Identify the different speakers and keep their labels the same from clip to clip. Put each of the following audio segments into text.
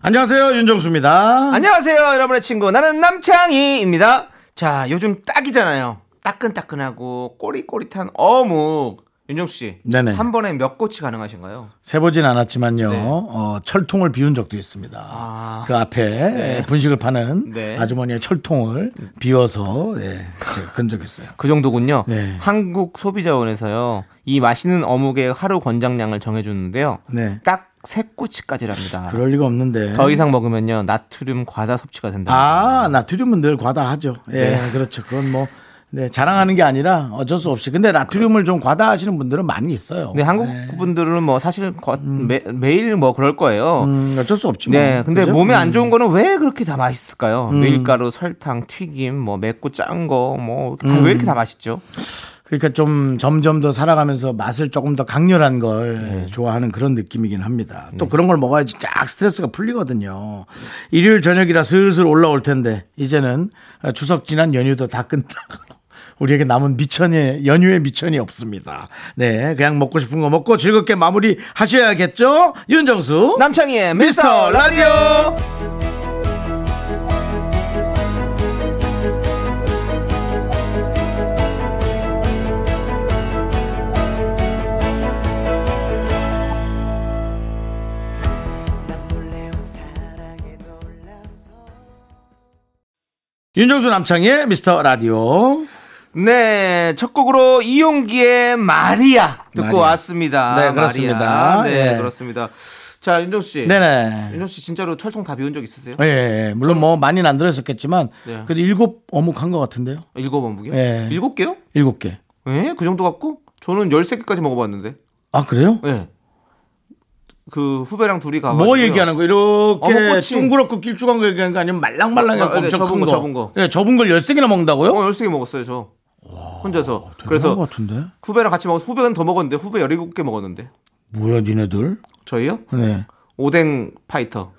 Speaker 1: 안녕하세요 윤정수입니다.
Speaker 2: 안녕하세요, 여러분의 친구. 나는 남창희입니다. 자, 요즘 딱이잖아요. 따끈따끈하고 꼬릿꼬릿한 어묵. 윤정수 씨.
Speaker 1: 네네.
Speaker 2: 한 번에 몇 꼬치 가능하신가요?
Speaker 1: 세보진 않았지만요.
Speaker 2: 네.
Speaker 1: 어, 철통을 비운 적도 있습니다.
Speaker 2: 아.
Speaker 1: 그 앞에 예, 분식을 파는
Speaker 2: 네.
Speaker 1: 아주머니의 철통을 비워서 예, 제가 그런 적 있어요.
Speaker 2: 그 정도군요.
Speaker 1: 네.
Speaker 2: 한국 소비자원에서요. 이 맛있는 어묵의 하루 권장량을 정해 주는데요.
Speaker 1: 네.
Speaker 2: 딱 세 꼬치까지랍니다.
Speaker 1: 그럴 리가 없는데.
Speaker 2: 더 이상 먹으면요. 나트륨 과다 섭취가 된다.
Speaker 1: 아, 나트륨은 늘 과다하죠. 예, 그렇죠. 그건 뭐 네, 자랑하는 게 아니라 어쩔 수 없이. 근데 나트륨을 좀 과다하시는 분들은 많이 있어요.
Speaker 2: 근데 한국
Speaker 1: 네.
Speaker 2: 분들은 뭐 사실 거- 매, 매일 뭐 그럴 거예요.
Speaker 1: 음, 어쩔 수 없지. 뭐.
Speaker 2: 네, 근데
Speaker 1: 그죠? 음.
Speaker 2: 몸에 안 좋은 거는 왜 그렇게 다 맛있을까요? 밀가루, 설탕, 튀김, 뭐 맵고 짠 거, 뭐
Speaker 1: 음.
Speaker 2: 왜 이렇게 다 맛있죠?
Speaker 1: 그러니까 좀 점점 더 살아가면서 맛을 조금 더 강렬한 걸 좋아하는 그런 느낌이긴 합니다. 또 그런 걸 먹어야지 쫙 스트레스가 풀리거든요. 일요일 저녁이라 슬슬 올라올 텐데 이제는 추석 지난 연휴도 다 끝나고 우리에게 남은 미천의 연휴의 미천이 없습니다. 네, 그냥 먹고 싶은 거 먹고 즐겁게 마무리 하셔야겠죠. 윤정수
Speaker 2: 남창희의 미스터 라디오.
Speaker 1: 윤정수 남창의 미스터 라디오.
Speaker 2: 네, 첫 곡으로 이용기의 마리아 듣고
Speaker 1: 마리아.
Speaker 2: 왔습니다.
Speaker 1: 네, 그렇습니다.
Speaker 2: 마리아. 네,
Speaker 1: 예.
Speaker 2: 그렇습니다. 자, 윤종 씨.
Speaker 1: 네네.
Speaker 2: 윤종 씨 진짜로 철통 다 비운 적 있으세요?
Speaker 1: 예, 예, 물론 뭐 많이는 안 들었었겠지만
Speaker 2: 네.
Speaker 1: 그래도 일곱 어묵 한 것 같은데요.
Speaker 2: 아, 일곱 번묵이요?
Speaker 1: 예.
Speaker 2: 일곱 개요?
Speaker 1: 일곱 개.
Speaker 2: 예, 그 정도 갖고 저는 열세 개까지 먹어봤는데.
Speaker 1: 아 그래요?
Speaker 2: 예. 그 후배랑 둘이 가.
Speaker 1: 뭐 얘기하는 거 이렇게
Speaker 2: 어묵꼬치.
Speaker 1: 둥그럽고 길쭉한 거 얘기하는 거 아니면 말랑말랑한 거
Speaker 2: 아, 네,
Speaker 1: 엄청
Speaker 2: 접은
Speaker 1: 큰
Speaker 2: 거,
Speaker 1: 거?
Speaker 2: 접은 거.
Speaker 1: 예, 접은 걸 13개나 먹는다고요?
Speaker 2: 어, 13개 먹었어요, 저. 혼자서.
Speaker 1: 대단한 것
Speaker 2: 그래서
Speaker 1: 같은데.
Speaker 2: 후배랑 같이 먹어서 후배는 더 먹었는데 후배 17개 먹었는데.
Speaker 1: 뭐야 니네들?
Speaker 2: 저희요?
Speaker 1: 네.
Speaker 2: 오뎅 파이터.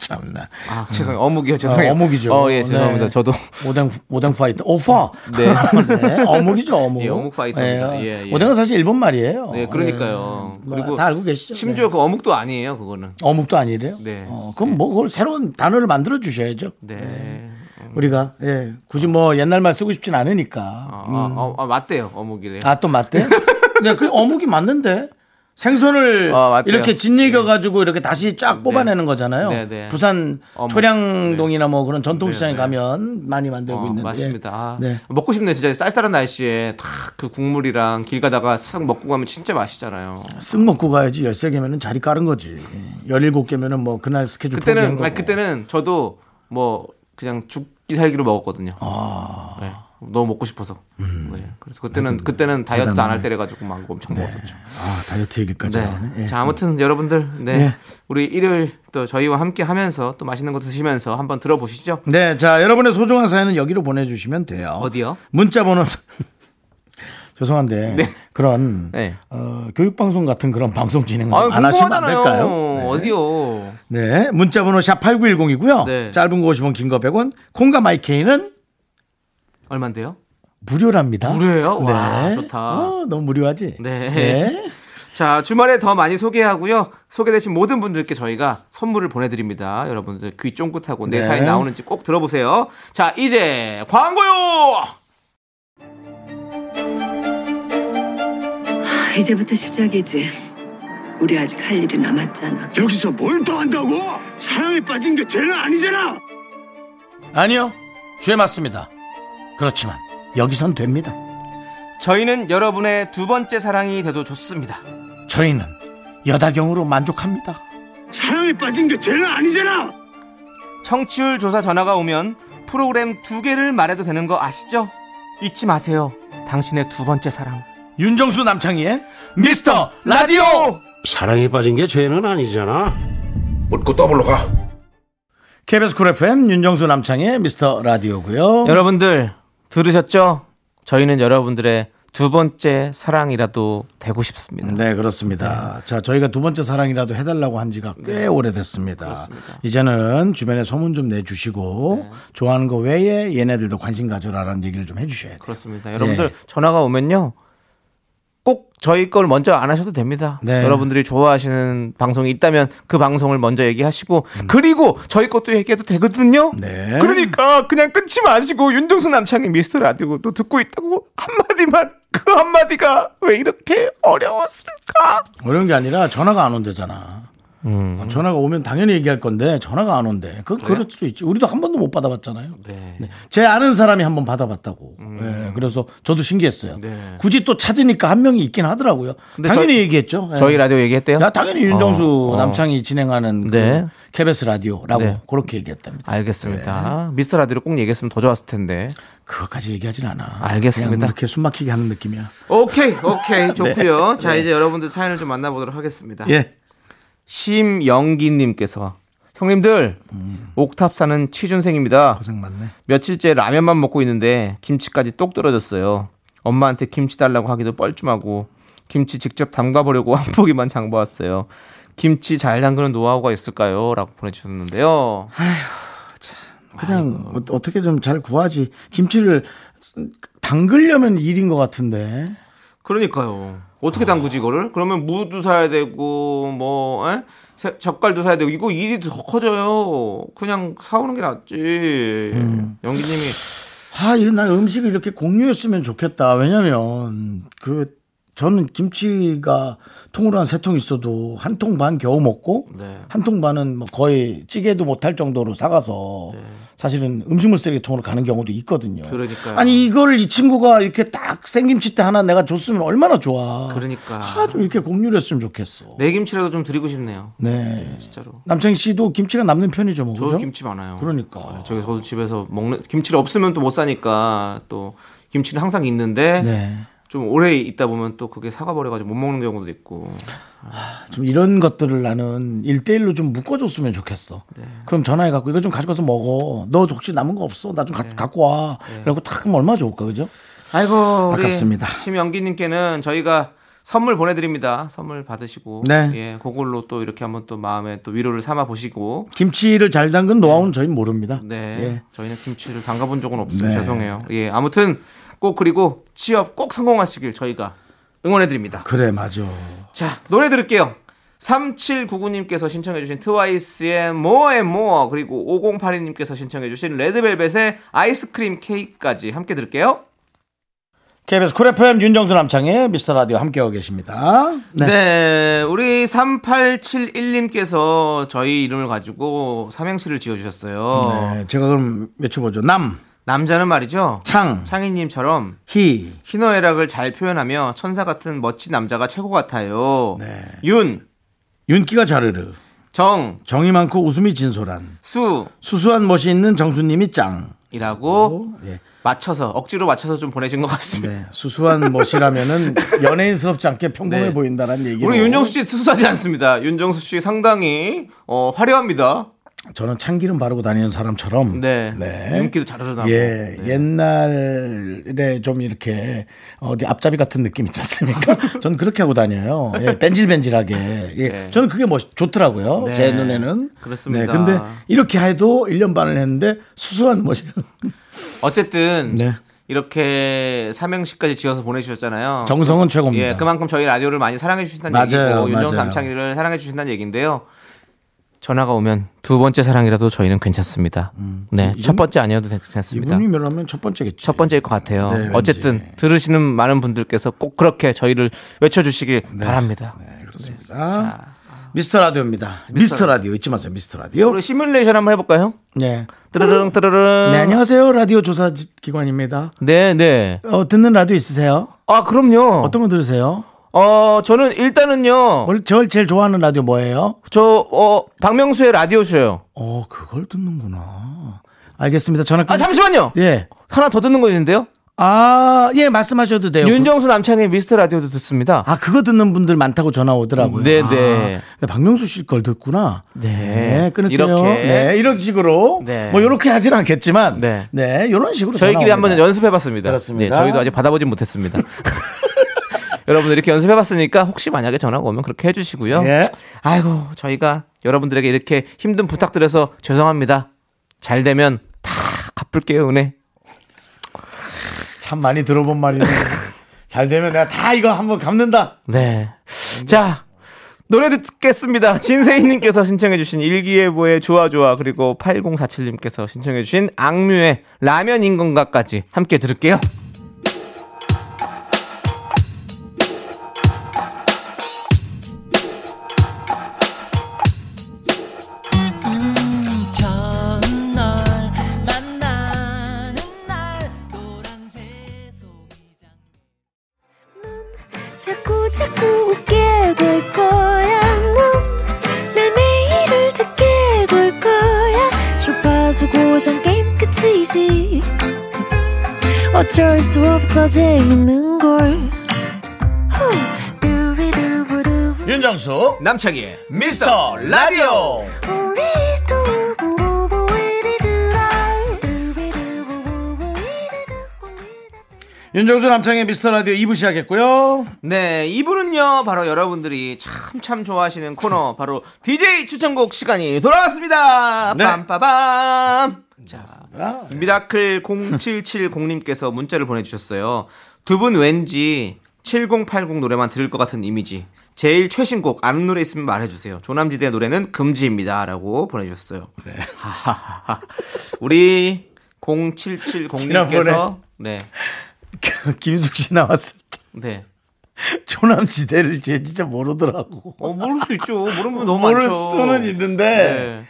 Speaker 1: 참나.
Speaker 2: 아, 죄송해요. 어묵이요.
Speaker 1: 음. 아,
Speaker 2: 죄송해요.
Speaker 1: 어묵이죠.
Speaker 2: 어, 예, 죄송합니다.
Speaker 1: 네.
Speaker 2: 저도
Speaker 1: 오뎅 오뎅 파이터. 오파.
Speaker 2: 네.
Speaker 1: 네, 어묵이죠, 어묵.
Speaker 2: 예, 어묵 파이터입니다. 예, 예.
Speaker 1: 오뎅은 사실 일본 말이에요.
Speaker 2: 네, 그러니까요.
Speaker 1: 예.
Speaker 2: 그리고
Speaker 1: 다 알고 계시죠?
Speaker 2: 심지어
Speaker 1: 네.
Speaker 2: 그 어묵도 아니에요, 그거는.
Speaker 1: 어묵도 아니래요.
Speaker 2: 네.
Speaker 1: 어, 그럼 뭐 그걸 새로운 단어를 만들어 주셔야죠.
Speaker 2: 네.
Speaker 1: 우리가 예, 굳이 뭐 옛날 말 쓰고 싶진 않으니까.
Speaker 2: 아, 아, 아, 맞대요. 어묵이래요.
Speaker 1: 음. 아 또 맞대? 네, 그 어묵이 맞는데 생선을
Speaker 2: 어, 맞대요.
Speaker 1: 이렇게 짓이겨 가지고 이렇게 다시 쫙 뽑아내는 거잖아요.
Speaker 2: 네, 네.
Speaker 1: 부산
Speaker 2: 어묵.
Speaker 1: 초량동이나 뭐 그런 전통시장에
Speaker 2: 네, 네.
Speaker 1: 가면 많이 만들고
Speaker 2: 어,
Speaker 1: 있는데.
Speaker 2: 맞습니다. 아,
Speaker 1: 네.
Speaker 2: 먹고 싶네, 진짜. 쌀쌀한 날씨에 딱 그 국물이랑 길 가다가 쓱 먹고 가면 진짜 맛있잖아요.
Speaker 1: 쓱 먹고 가야지 13개면은 자리 깔은 거지. 17개면은 뭐 그날 스케줄 포기한
Speaker 2: 그때는
Speaker 1: 거고.
Speaker 2: 아 그때는 저도 뭐 그냥 죽기 살기로 먹었거든요.
Speaker 1: 아.
Speaker 2: 네, 너무 먹고 싶어서.
Speaker 1: 음.
Speaker 2: 네, 그래서 그때는 그때는 다이어트 안 할 때래 가지고 망고 엄청 먹었었죠.
Speaker 1: 아, 다이어트 얘기까지
Speaker 2: 네.
Speaker 1: 나오네. 예.
Speaker 2: 자 아무튼 여러분들 네
Speaker 1: 예.
Speaker 2: 우리 일요일 또 저희와 함께 하면서 또 맛있는 거 드시면서 한번 들어보시죠.
Speaker 1: 네, 자, 여러분의 소중한 사연은 여기로 보내주시면 돼요.
Speaker 2: 어디요?
Speaker 1: 문자 번호 죄송한데 그런
Speaker 2: 네.
Speaker 1: 어, 교육방송 같은 그런 방송 진행
Speaker 2: 아유,
Speaker 1: 음, 안 하시면 안
Speaker 2: 궁금하잖아요.
Speaker 1: 될까요?
Speaker 2: 어디요?
Speaker 1: 네, 문자 번호 샵 8910이고요.
Speaker 2: 네.
Speaker 1: 짧은 거 50원, 긴 거 100원. 콩과 마이케이는
Speaker 2: 얼마인데요?
Speaker 1: 무료랍니다. 네.
Speaker 2: 무료예요? 와, 좋다.
Speaker 1: 어, 너무 무료하지?
Speaker 2: 네. 자, 주말에 더 많이 소개하고요. 소개되신 모든 분들께 저희가 선물을 보내드립니다. 여러분들 귀 쫑긋하고 내
Speaker 1: 네.
Speaker 2: 사연 나오는지 꼭 들어보세요. 자, 이제 광고요!
Speaker 3: 이제부터 시작이지. 우리 아직 할 일이 남았잖아.
Speaker 4: 여기서 뭘 더 한다고? 사랑에 빠진 게 죄는 아니잖아.
Speaker 1: 아니요. 죄 맞습니다. 그렇지만 여기선 됩니다.
Speaker 2: 저희는 여러분의 두 번째 사랑이 돼도 좋습니다.
Speaker 1: 저희는 여다경으로 만족합니다.
Speaker 4: 사랑에 빠진 게 죄는 아니잖아.
Speaker 2: 청취율 조사 전화가 오면 프로그램 두 개를 말해도 되는 거 아시죠? 잊지 마세요. 당신의 두 번째 사랑.
Speaker 1: 윤정수 남창희의 미스터 라디오!
Speaker 4: 사랑에 빠진 게 죄는 아니잖아.
Speaker 5: 묻고 더블로 가.
Speaker 1: KBS 쿨 FM 윤정수 남창의 미스터 라디오고요.
Speaker 2: 여러분들 들으셨죠? 저희는 여러분들의 두 번째 사랑이라도 되고 싶습니다.
Speaker 1: 네, 그렇습니다. 자, 저희가 두 번째 사랑이라도 해달라고 한 지가 꽤
Speaker 4: 네.
Speaker 1: 오래됐습니다. 이제는 주변에 소문 좀 내주시고,
Speaker 4: 네.
Speaker 1: 좋아하는 거 외에 얘네들도 관심 가져라라는 얘기를 좀 해주셔야 돼요.
Speaker 2: 그렇습니다. 여러분들
Speaker 1: 예.
Speaker 2: 전화가 오면요. 꼭 저희 걸 먼저 안 하셔도 됩니다.
Speaker 1: 네.
Speaker 2: 여러분들이 좋아하시는 방송이 있다면 그 방송을 먼저 얘기하시고 그리고 저희 것도 얘기해도 되거든요.
Speaker 1: 음. 네.
Speaker 2: 그러니까 그냥 끊지 마시고 윤종수 남창의 미스터 라디오도 듣고 있다고 한마디만 그 한마디가 왜 이렇게 어려웠을까?
Speaker 1: 어려운 뭐 게 아니라 전화가 안 온대잖아.
Speaker 2: 음.
Speaker 1: 어, 전화가 오면 당연히 얘기할 건데 전화가 안 온대. 그 그럴 수도 있지. 우리도 한 번도 못 받아봤잖아요. 네. 제 아는 사람이 한 번 받아봤다고.
Speaker 2: 음.
Speaker 1: 예, 그래서 저도 신기했어요. 굳이 또 찾으니까 한 명이 있긴 하더라고요.
Speaker 2: 네. 근데
Speaker 1: 당연히
Speaker 2: 저희-
Speaker 1: 얘기했죠. 예.
Speaker 2: 저희 라디오 얘기했대요?
Speaker 1: 나 당연히 윤정수
Speaker 2: 어, 어.
Speaker 1: 남창이 진행하는
Speaker 2: 네.
Speaker 1: 그 KBS 라디오라고
Speaker 2: 네.
Speaker 1: 그렇게 얘기했답니다. 네.
Speaker 2: 알겠습니다. 미스터 라디오 꼭 얘기했으면 더 좋았을 텐데.
Speaker 1: 그거까지 얘기하진 않아.
Speaker 2: 알겠습니다.
Speaker 1: 그냥 뭐 이렇게 숨막히게 하는 느낌이야.
Speaker 2: 오케이, 오케이. 좋고요. 자, 이제 여러분들 사연을 좀 만나보도록 하겠습니다.
Speaker 1: 네. 예.
Speaker 2: 심영기님께서 형님들 옥탑 사는 취준생입니다.
Speaker 1: 고생 많네.
Speaker 2: 며칠째 라면만 먹고 있는데 김치까지 똑 떨어졌어요. 엄마한테 김치 달라고 하기도 뻘쭘하고 김치 직접 담가보려고 한 포기만 장보았어요. 김치 잘 담그는 노하우가 있을까요? 라고 보내주셨는데요.
Speaker 1: 그냥 어, 떻게 좀 잘 구하지. 김치를 담그려면 일인 것 같은데.
Speaker 2: 그러니까요. 어떻게 담그지 이거를? 그러면 무도 사야 되고 뭐 에? 세- 젓갈도 사야 되고 이거 일이 더 커져요. 그냥 사오는 게 낫지. 영기님이
Speaker 1: 아, 이거 난 음식을 이렇게 공유했으면 좋겠다. 왜냐면 그 저는 김치가 통으로 한 세 통 있어도 한 통 반 겨우 먹고
Speaker 2: 네.
Speaker 1: 한 통 반은 뭐 거의 찌개도 못할 정도로 사가서 사실은 음식물 쓰레기통으로 가는 경우도 있거든요.
Speaker 2: 네. 그러니까요.
Speaker 1: 아니 이거를 이 친구가 이렇게 딱 생김치 때 하나 내가 줬으면 얼마나 좋아.
Speaker 2: 그러니까.
Speaker 1: 아, 좀 이렇게 공유를 했으면 좋겠어.
Speaker 2: 내 김치라도 좀 드리고 싶네요.
Speaker 1: 네.
Speaker 2: 진짜로.
Speaker 1: 남창희 씨도 김치가 남는 편이죠, 뭐.
Speaker 2: 저
Speaker 1: 그죠?
Speaker 2: 김치 많아요.
Speaker 1: 그러니까.
Speaker 2: 저기 저도 집에서 먹는 김치를 없으면 또 못 사니까 또 김치는 항상 있는데
Speaker 1: 네.
Speaker 2: 좀 오래 있다 보면 또 그게 사가 버려 가지고 못 먹는 경우도 있고.
Speaker 1: 좀 이런 것들을 나는 일대일로좀 묶어줬으면 좋겠어.
Speaker 2: 네.
Speaker 1: 그럼 전화해갖고 이거 좀 가져가서 먹어. 너 혹시 남은 거 없어? 나
Speaker 2: 네.
Speaker 1: 좀 갖고 와. 그러고 탁 하면 얼마나 좋을까, 그죠?
Speaker 2: 아이고 우리
Speaker 1: 아깝습니다.
Speaker 2: 심영기님께는 저희가 선물 보내드립니다. 선물 받으시고
Speaker 1: 네.
Speaker 2: 예, 그걸로 또 이렇게 한번 또 마음에 또 위로를 삼아 보시고
Speaker 1: 김치를 잘 담근 노하우는 저희는 모릅니다.
Speaker 2: 네
Speaker 1: 예.
Speaker 2: 저희는 김치를 담가본 적은 없어요.
Speaker 1: 네.
Speaker 2: 죄송해요. 예 아무튼 꼭 그리고 취업 꼭 성공하시길 저희가 응원해드립니다.
Speaker 1: 그래, 맞아.
Speaker 2: 자 노래 들을게요. 3799님께서 신청해주신 트와이스의 More and More 그리고 5082님께서 신청해주신 레드벨벳의 아이스크림 케이크까지 함께 들을게요.
Speaker 1: KBS 쿨 FM 윤정수 남창의 미스터 라디오 함께하고 계십니다.
Speaker 2: 네.
Speaker 1: 네.
Speaker 2: 우리 3871님께서 저희 이름을 가지고 삼행시를 지어주셨어요.
Speaker 1: 네, 제가 그럼 외쳐보죠. 남,
Speaker 2: 남자는 말이죠.
Speaker 1: 창,
Speaker 2: 창희님처럼
Speaker 1: 희.
Speaker 2: 희노애락을 잘 표현하며 천사 같은 멋진 남자가 최고 같아요.
Speaker 1: 네.
Speaker 2: 윤,
Speaker 1: 윤기가 자르르.
Speaker 2: 정,
Speaker 1: 정이 많고 웃음이 진솔한.
Speaker 2: 수이라고
Speaker 1: 수수한 멋이 있는 정수님이 짱. 예.
Speaker 2: 맞춰서 억지로 맞춰서 좀 보내준 것 같습니다.
Speaker 1: 네, 수수한 멋이라면은 연예인스럽지 않게 평범해
Speaker 2: 네.
Speaker 1: 보인다라는 얘기.
Speaker 2: 우리 윤정수 씨 수수하지 않습니다. 윤정수 씨 상당히 어, 화려합니다.
Speaker 1: 저는 참기름 바르고 다니는 사람처럼.
Speaker 2: 네.
Speaker 1: 네.
Speaker 2: 윤기도 잘 흐르나고. 네.
Speaker 1: 예, 옛날에 좀 이렇게 어디 앞잡이 같은 느낌 있지 않습니까? 전 그렇게 하고 다녀요. 예, 뺀질뺀질하게. 예, 저는 그게 멋 좋더라고요.
Speaker 2: 네.
Speaker 1: 제 눈에는.
Speaker 2: 그렇습니다.
Speaker 1: 네, 근데 이렇게 해도 1년 반을 했는데 수수한 멋이.
Speaker 2: 어, 어쨌든
Speaker 1: 네.
Speaker 2: 이렇게 삼행시까지 지어서 보내주셨잖아요.
Speaker 1: 정성은 최고입니다.
Speaker 2: 예, 그만큼 저희 라디오를 많이 사랑해 주신다는
Speaker 1: 맞아요,
Speaker 2: 얘기고 윤정수
Speaker 1: 맞아요.
Speaker 2: 남창희를 사랑해 주신다는 얘기인데요. 전화가 오면 두 번째 사랑이라도 저희는 괜찮습니다. 네, 첫 번째 아니어도 괜찮습니다.
Speaker 1: 음. 이분이 멸하면 첫 번째겠죠.
Speaker 2: 첫 번째일 것 같아요.
Speaker 1: 네, 왠지.
Speaker 2: 어쨌든 들으시는 많은 분들께서 꼭 그렇게 저희를 외쳐주시길
Speaker 1: 네.
Speaker 2: 바랍니다.
Speaker 1: 그렇습니다. 미스터 라디오입니다. 미스터 라디오 잊지 마세요. 미스터 라디오.
Speaker 2: 네. 우리 시뮬레이션 한번 해볼까요?
Speaker 1: 네.
Speaker 2: 뜨르릉 뜨르릉.
Speaker 1: 네, 안녕하세요. 라디오 조사 지- 기관입니다.
Speaker 2: 네, 네.
Speaker 1: 어, 듣는 라디오 있으세요?
Speaker 2: 아 그럼요.
Speaker 1: 어떤 거 들으세요?
Speaker 2: 어 저는 일단은요.
Speaker 1: 월- 절 제일 좋아하는 라디오 뭐예요?
Speaker 2: 저 어 박명수의 라디오 쇼요.
Speaker 1: 어, 그걸 듣는구나. 알겠습니다. 전화 끊...
Speaker 2: 아 잠시만요.
Speaker 1: 예.
Speaker 2: 하나 더 듣는 거 있는데요.
Speaker 1: 아, 예, 말씀하셔도 돼요.
Speaker 2: 윤정수 남창의 미스터 라디오도 듣습니다.
Speaker 1: 아, 그거 듣는 분들 많다고 전화 오더라고요.
Speaker 2: 네,
Speaker 1: 아,
Speaker 2: 네.
Speaker 1: 근데 박명수 씨 걸 듣구나.
Speaker 2: 네.
Speaker 1: 끊을게요.
Speaker 2: 이렇게.
Speaker 1: 네, 이런 식으로.
Speaker 2: 네.
Speaker 1: 뭐, 이렇게 하진 않겠지만. 네.
Speaker 2: 네.
Speaker 1: 이런 식으로.
Speaker 2: 저희끼리
Speaker 1: 전화
Speaker 2: 한번
Speaker 1: 옵니다.
Speaker 2: 연습해봤습니다.
Speaker 1: 그렇습니다.
Speaker 2: 네, 저희도 아직 받아보진 못했습니다. 여러분들 이렇게 연습해봤으니까 혹시 만약에 전화가 오면 그렇게 해주시고요.
Speaker 1: 예.
Speaker 2: 아이고 저희가 여러분들에게 이렇게 힘든 부탁드려서 죄송합니다. 잘 되면 다 갚을게요 은혜.
Speaker 1: 참 많이 들어본 말이네. 잘 되면 내가 다 이거 한번 갚는다.
Speaker 2: 네. 자, 노래 듣겠습니다. 진세희님께서 신청해주신 일기예보의 좋아 좋아 그리고 8047님께서 신청해주신 악뮤의 라면인 건가까지 함께 들을게요.
Speaker 5: 처음 널 만나는 날 노란색 소비장 자꾸 자꾸 웃게 될 거야 넌내 매일을 듣게 될 거야 주파수 고정 게임 끝이지 어쩔 수 없어 재밌는 걸 후. 두비두부두.
Speaker 1: 윤정수,
Speaker 2: 남창희의
Speaker 1: 미스터 라디오.
Speaker 5: 우리 두부부부 우리 두라. 두비두부부부 우리 두부부.
Speaker 1: 윤정수 남창의 미스터 라디오 2부 시작했고요.
Speaker 2: 네, 이분은요, 바로 여러분들이 참, 참 좋아하시는 코너, 바로 DJ 추천곡 시간이 돌아왔습니다!
Speaker 1: 네.
Speaker 2: 빰빠밤! 자,
Speaker 1: 아,
Speaker 2: 미라클 0770님께서 문자를 보내주셨어요. 두 분 왠지 7080 노래만 들을 것 같은 이미지. 제일 최신곡, 아는 노래 있으면 말해주세요. 조남지대 노래는 금지입니다. 라고 보내주셨어요. 하하하. 우리 0770님께서, 네,
Speaker 1: 김숙 씨 나왔을 때
Speaker 2: 네.
Speaker 1: 조남지대를 쟤 진짜 모르더라고.
Speaker 2: 어, 모를 수 있죠. 모르는 분 너무
Speaker 1: 모를
Speaker 2: 많죠.
Speaker 1: 수는 있는데.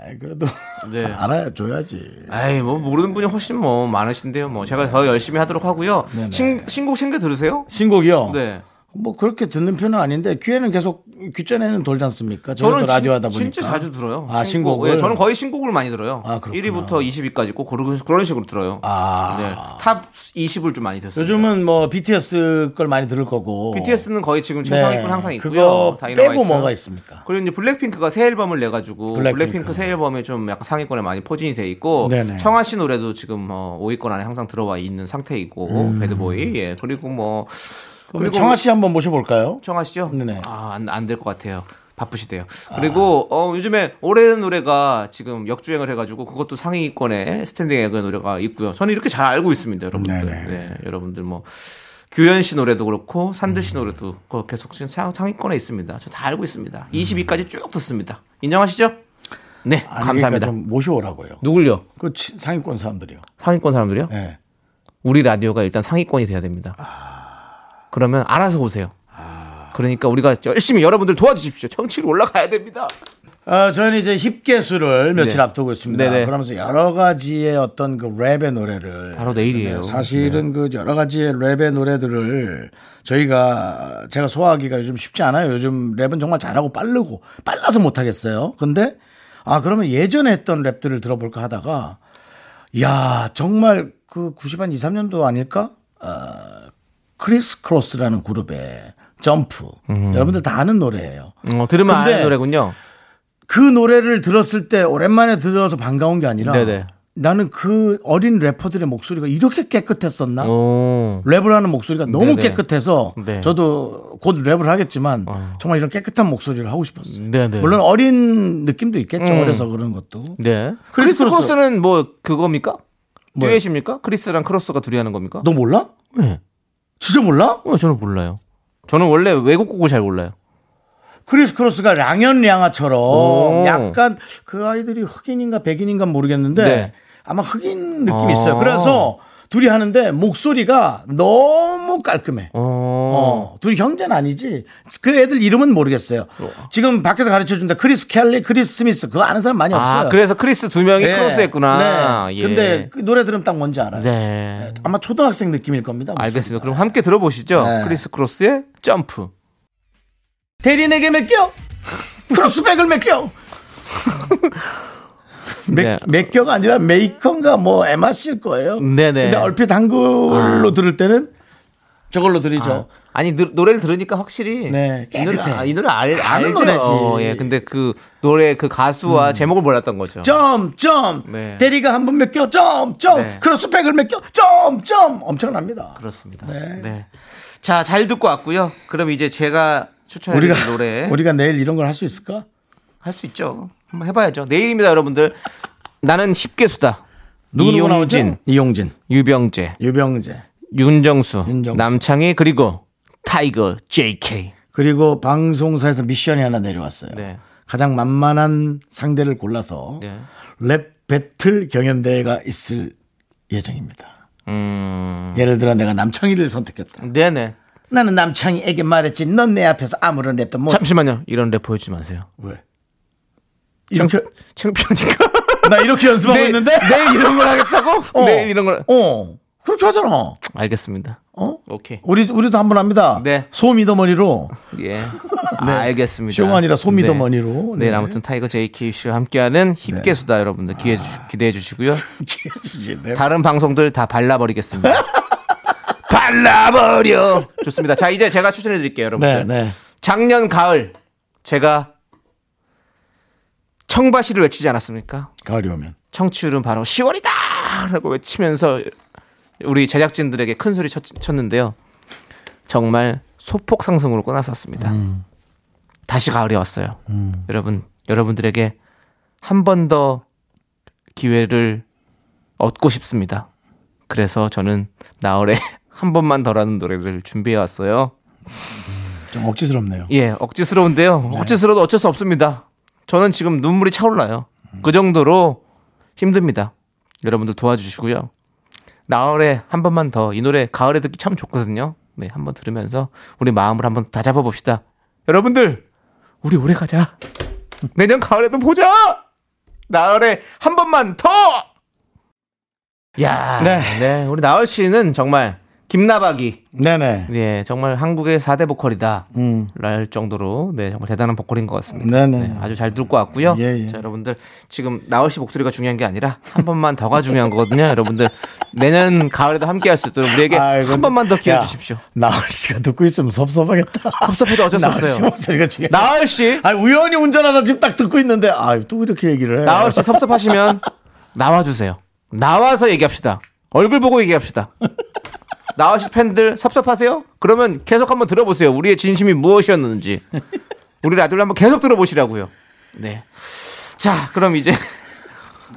Speaker 1: 아이, 그래도
Speaker 2: 네. 네.
Speaker 1: 알아줘야지.
Speaker 2: 아이 뭐 모르는 분이 훨씬 뭐 많으신데요. 뭐 제가 더 열심히 하도록 하고요.
Speaker 1: 네네.
Speaker 2: 신, 신곡 챙겨 들으세요?
Speaker 1: 신곡이요.
Speaker 2: 네.
Speaker 1: 뭐 그렇게 듣는 편은 아닌데 귀에는 계속 귓전에는 돌지 않습니까? 저는
Speaker 2: 진-
Speaker 1: 라디오 하다 보니까
Speaker 2: 진짜 자주 들어요.
Speaker 1: 아 신곡. 을
Speaker 2: 예, 저는 거의 신곡을 많이 들어요.
Speaker 1: 아, 그렇구나.
Speaker 2: 1위부터 20위까지 꼭 그런, 그런 식으로 들어요.
Speaker 1: 아.
Speaker 2: 네. 탑 20을 좀 많이 듣습니다.
Speaker 1: 요즘은 뭐 BTS 걸 많이 들을 거고.
Speaker 2: BTS는 거의 지금
Speaker 1: 네.
Speaker 2: 최상위권 항상 있고요.
Speaker 1: 그거 빼고
Speaker 2: 다이너마이트.
Speaker 1: 뭐가 있습니까?
Speaker 2: 그리고 이제 블랙핑크가 새 앨범을 내 가지고
Speaker 1: 블랙핑크.
Speaker 2: 블랙핑크. 새 앨범에 좀 약간 상위권에 많이 포진이 돼 있고
Speaker 1: 네네.
Speaker 2: 청아 씨 노래도 지금 어, 5위권 안에 항상 들어와 있는 상태이고 배드보이 예 그리고 뭐
Speaker 1: 음. 그리고 청아 씨 한번 모셔볼까요?
Speaker 2: 청아 씨죠?
Speaker 1: 네네. 아.
Speaker 2: 아, 안 될 것 같아요. 바쁘시대요. 그리고 어, 요즘에 오래된 노래가 지금 역주행을 해가지고 그것도 상위권에 스탠딩에 그 노래가 있고요. 저는 이렇게 잘 알고 있습니다, 여러분들.
Speaker 1: 네네.
Speaker 2: 네, 여러분들 뭐 규현 씨 노래도 그렇고 산들
Speaker 1: 음.
Speaker 2: 씨 노래도 그거 계속 지금 상, 상위권에 있습니다. 저 다 알고 있습니다.
Speaker 1: 음.
Speaker 2: 20위까지 쭉 듣습니다. 인정하시죠? 네,
Speaker 1: 아니, 그러니까
Speaker 2: 감사합니다.
Speaker 1: 좀 모셔오라고요.
Speaker 2: 누굴요?
Speaker 1: 그 치- 상위권 사람들이요.
Speaker 2: 상위권 사람들이요?
Speaker 1: 예.
Speaker 2: 우리 라디오가 일단 상위권이 돼야 됩니다. 그러면 알아서 오세요. 그러니까 우리가 열심히 여러분들 도와주십시오. 청취율 올라가야 됩니다.
Speaker 1: 어, 저희는 이제 힙계수를 며칠
Speaker 2: 네.
Speaker 1: 앞두고 있습니다.
Speaker 2: 네네.
Speaker 1: 그러면서 여러 가지의 어떤 그 랩의 노래를
Speaker 2: 바로 내일이에요.
Speaker 1: 네, 사실은 그 여러 가지의 랩의 노래들을 저희가 제가 소화하기가 요즘 쉽지 않아요. 요즘 랩은 정말 잘하고 빠르고 빨라서 못 하겠어요. 근데 아 그러면 예전에 했던 랩들을 들어볼까 하다가 야 정말 그 90한 2, 3년도 아닐까? 아, 크리스 크로스라는 그룹의 점프
Speaker 2: 음.
Speaker 1: 여러분들 다 아는 노래예요.
Speaker 2: 어, 들으면
Speaker 1: 근데
Speaker 2: 아는 노래군요.
Speaker 1: 그 노래를 들었을 때 오랜만에 들어서 반가운 게 아니라
Speaker 2: 네네.
Speaker 1: 나는 그 어린 래퍼들의 목소리가 이렇게
Speaker 2: 아.
Speaker 1: 깨끗했었나?
Speaker 2: 오.
Speaker 1: 랩을 하는 목소리가 너무
Speaker 2: 어. 네네.
Speaker 1: 깨끗해서
Speaker 2: 네. 어.
Speaker 1: 저도 곧 랩을 하겠지만 정말 이런 깨끗한 목소리를 하고 싶었어요.
Speaker 2: 네네. 음.
Speaker 1: 물론 어린 느낌도 있겠죠. 어려서 그런 것도.
Speaker 2: 네.
Speaker 1: 크리스
Speaker 2: 크리스,
Speaker 1: 크로스.
Speaker 2: 크로스는 뭐 그겁니까?
Speaker 1: 뭐요?
Speaker 2: 듀엣입니까? 크리스랑 크로스가 둘이 하는 겁니까?
Speaker 1: 너 몰라?
Speaker 2: 네.
Speaker 1: 진짜 몰라?
Speaker 2: 어, 저는 몰라요. 저는 원래 외국 곡을 잘 몰라요.
Speaker 1: 크리스 크로스가 랑연량아처럼
Speaker 2: 오.
Speaker 1: 약간 그 아이들이 흑인인가 백인인가 모르겠는데
Speaker 2: 네.
Speaker 1: 아마 흑인 느낌이 있어요.
Speaker 2: 아.
Speaker 1: 그래서 둘이 하는데 목소리가 너무 깔끔해.
Speaker 2: 어.
Speaker 1: 어, 둘이 형제는 아니지. 그 애들 이름은 모르겠어요. 지금 밖에서 가르쳐 준다. 크리스 켈리, 크리스 스미스 그거 아는 사람 많이 없어요.
Speaker 2: 아, 그래서 크리스 두 명이
Speaker 1: 예.
Speaker 2: 크로스 했구나.
Speaker 1: 네.
Speaker 2: 예.
Speaker 1: 근데 그 노래 들으면 딱 뭔지 알아요.
Speaker 2: 네.
Speaker 1: 아마 초등학생 느낌일 겁니다. 목소리가.
Speaker 2: 알겠습니다. 그럼 함께 들어보시죠.
Speaker 1: 어, 네.
Speaker 2: 크리스 크로스의 점프.
Speaker 1: 대리인에게 맡겨. 크로스백을 맡겨.
Speaker 2: 네.
Speaker 1: 맥겨가 아니라 메이커인가 뭐 에마씨일 거예요.
Speaker 2: 네네.
Speaker 1: 근데 얼핏 한글로
Speaker 2: 아.
Speaker 1: 들을 때는 저걸로 들리죠.
Speaker 2: 아, 니 노래를 들으니까 확실히
Speaker 1: 네,
Speaker 2: 이 노래,
Speaker 1: 깨끗해.
Speaker 2: 아, 이 노래 알,
Speaker 1: 아는
Speaker 2: 알죠.
Speaker 1: 노래지. 음.
Speaker 2: 어, 예, 근데 그 노래 그 가수와 제목을 몰랐던 거죠.
Speaker 1: 점, 점.
Speaker 2: 네.
Speaker 1: 대리가 한 번 몇 겨, 점, 점.
Speaker 2: 네.
Speaker 1: 크로스백을 몇 겨, 점, 점. 엄청납니다.
Speaker 2: 그렇습니다.
Speaker 1: 네.
Speaker 2: 네. 자, 잘 듣고 왔고요. 그럼 이제 제가 추천해 드릴
Speaker 1: 우리가
Speaker 2: 노래
Speaker 1: 우리가 내일 이런 걸 할 수 있을까?
Speaker 2: 할 수 있죠. 한번 해 봐야죠. 내일입니다, 여러분들. 나는 힙계수다.
Speaker 1: 누구누구 나오죠?
Speaker 2: 이용진,
Speaker 1: 이용진,
Speaker 2: 유병재,
Speaker 1: 유병재,
Speaker 2: 윤정수,
Speaker 1: 윤정수.
Speaker 2: 남창희 그리고 타이거 JK.
Speaker 1: 그리고 방송사에서 미션이 하나 내려왔어요.
Speaker 2: 네.
Speaker 1: 가장 만만한 상대를 골라서
Speaker 2: 네.
Speaker 1: 랩 배틀 경연대회가 있을 예정입니다.
Speaker 2: 음.
Speaker 1: 예를 들어 내가 남창희를 선택했다.
Speaker 2: 네, 네.
Speaker 1: 나는 남창희에게 말했지. 넌 내 앞에서 아무런 랩도 못.
Speaker 2: 잠시만요. 이런 랩 보여주지 마세요.
Speaker 1: 왜? 이렇게
Speaker 2: 창피하니까.
Speaker 1: 나 이렇게 연습하고
Speaker 2: 내일-
Speaker 1: 있는데?
Speaker 2: 네, 내일 이런 걸 하겠다고? 내일 이런 걸.
Speaker 1: 어. 그렇게 하잖아.
Speaker 2: 알겠습니다.
Speaker 1: 어?
Speaker 2: 오케이.
Speaker 1: 우리 우리도 한번 합니다.
Speaker 2: 네.
Speaker 1: 소미더머니로
Speaker 2: 예. 알겠습니다.
Speaker 1: 쇼가 아니라 소미더머니로.
Speaker 2: 네.
Speaker 1: 네.
Speaker 2: 내일 아무튼 타이거 JK 씨와 함께하는 힙계수다 여러분들 기대 주, 기대해 주시고요.
Speaker 1: 네. 지지네.
Speaker 2: 다른 방송들 다 발라버리겠습니다. 발라버려. 좋습니다. 자 이제 제가 추천해 드릴게요,
Speaker 1: 네,
Speaker 2: 여러분들.
Speaker 1: 네.
Speaker 2: 작년 가을 제가 청바시를 외치지 않았습니까?
Speaker 1: 가을이 오면.
Speaker 2: 청취율은 바로 10월이다라고 외치면서 우리 제작진들에게 큰 소리 쳤, 쳤는데요. 정말 소폭 상승으로 끝났었습니다. 다시 가을이 왔어요. 여러분, 여러분들에게 한 번 더 기회를 얻고 싶습니다. 그래서 저는 나얼의 한 번만 더라는 노래를 준비해 왔어요.
Speaker 1: 좀 억지스럽네요.
Speaker 2: 예, 억지스러운데요. 억지스러워도 어쩔 수 없습니다. 저는 지금 눈물이 차올라요. 그 정도로 힘듭니다. 여러분들 도와주시고요. 나월에 한 번만 더 이 노래 가을에 듣기 참 좋거든요. 네, 한번 들으면서 우리 마음을 한번 다 잡아봅시다. 여러분들, 우리 오래 가자. 내년 가을에도 보자. 나월에 한 번만 더. 야,
Speaker 1: 네.
Speaker 2: 네, 우리 나월 씨는 정말 김나박이,
Speaker 1: 네, 네.
Speaker 2: 예, 정말 한국의 4대 보컬이다.
Speaker 1: 음.
Speaker 2: 랄 정도로 네 정말 대단한 보컬인 것 같습니다.
Speaker 1: 네네.
Speaker 2: 네, 아주 잘 들고 왔고요.
Speaker 1: 예, 예.
Speaker 2: 자, 여러분들 지금 나얼 씨 목소리가 중요한 게 아니라 한 번만 더가 중요한 거거든요. 여러분들 내년 가을에도 함께 할 수 있도록 우리에게
Speaker 1: 아이고,
Speaker 2: 예, 한 번만 더 기회
Speaker 1: 야,
Speaker 2: 주십시오.
Speaker 1: 나얼 씨가 듣고 있으면 섭섭하겠다.
Speaker 2: 섭섭해도 어쩔 수
Speaker 1: 나얼 씨
Speaker 2: 없어요.
Speaker 1: 목소리가 중요해.
Speaker 2: 나얼 씨,
Speaker 1: 아 우연히 운전하다 지금 딱 듣고 있는데 아또 이렇게 얘기를 해.
Speaker 2: 나얼 씨 섭섭하시면 나와 주세요. 나와서 얘기합시다. 얼굴 보고 얘기합시다. 나얼 씨 팬들 섭섭하세요? 그러면 계속 한번 들어보세요. 우리의 진심이 무엇이었는지. 우리 라디오를 한번 계속 들어보시라고요. 네. 자, 그럼 이제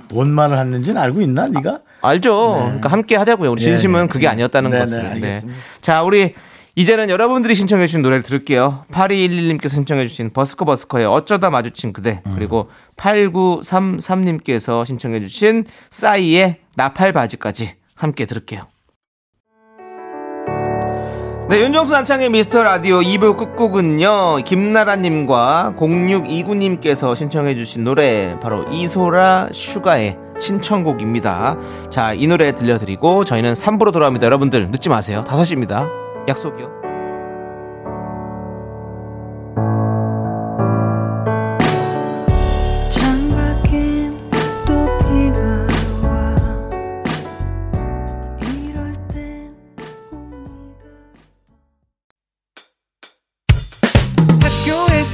Speaker 1: 뭔 말을 했는지는 알고 있나 네가?
Speaker 2: 알죠. 그러니까 함께 하자고요. 우리
Speaker 1: 예,
Speaker 2: 진심은
Speaker 1: 예.
Speaker 2: 그게 아니었다는
Speaker 1: 네,
Speaker 2: 것을.
Speaker 1: 네, 알겠습니다.
Speaker 2: 자, 우리 이제는 여러분들이 신청해 주신 노래를 들을게요. 8211님께서 신청해 주신 버스커 버스커의 어쩌다 마주친 그대.
Speaker 1: 음.
Speaker 2: 그리고 8933님께서 신청해 주신 싸이의 나팔 바지까지 함께 들을게요. 네, 윤정수 남창의 미스터 라디오 2부 끝곡은요, 김나라님과 0629님께서 신청해주신 노래, 바로 이소라 슈가의 신청곡입니다. 자, 이 노래 들려드리고, 저희는 3부로 돌아옵니다. 여러분들, 늦지 마세요. 5시입니다. 약속이요.
Speaker 5: 창밖엔 또 비가 와 이럴 땐 꿈이
Speaker 6: 학교에서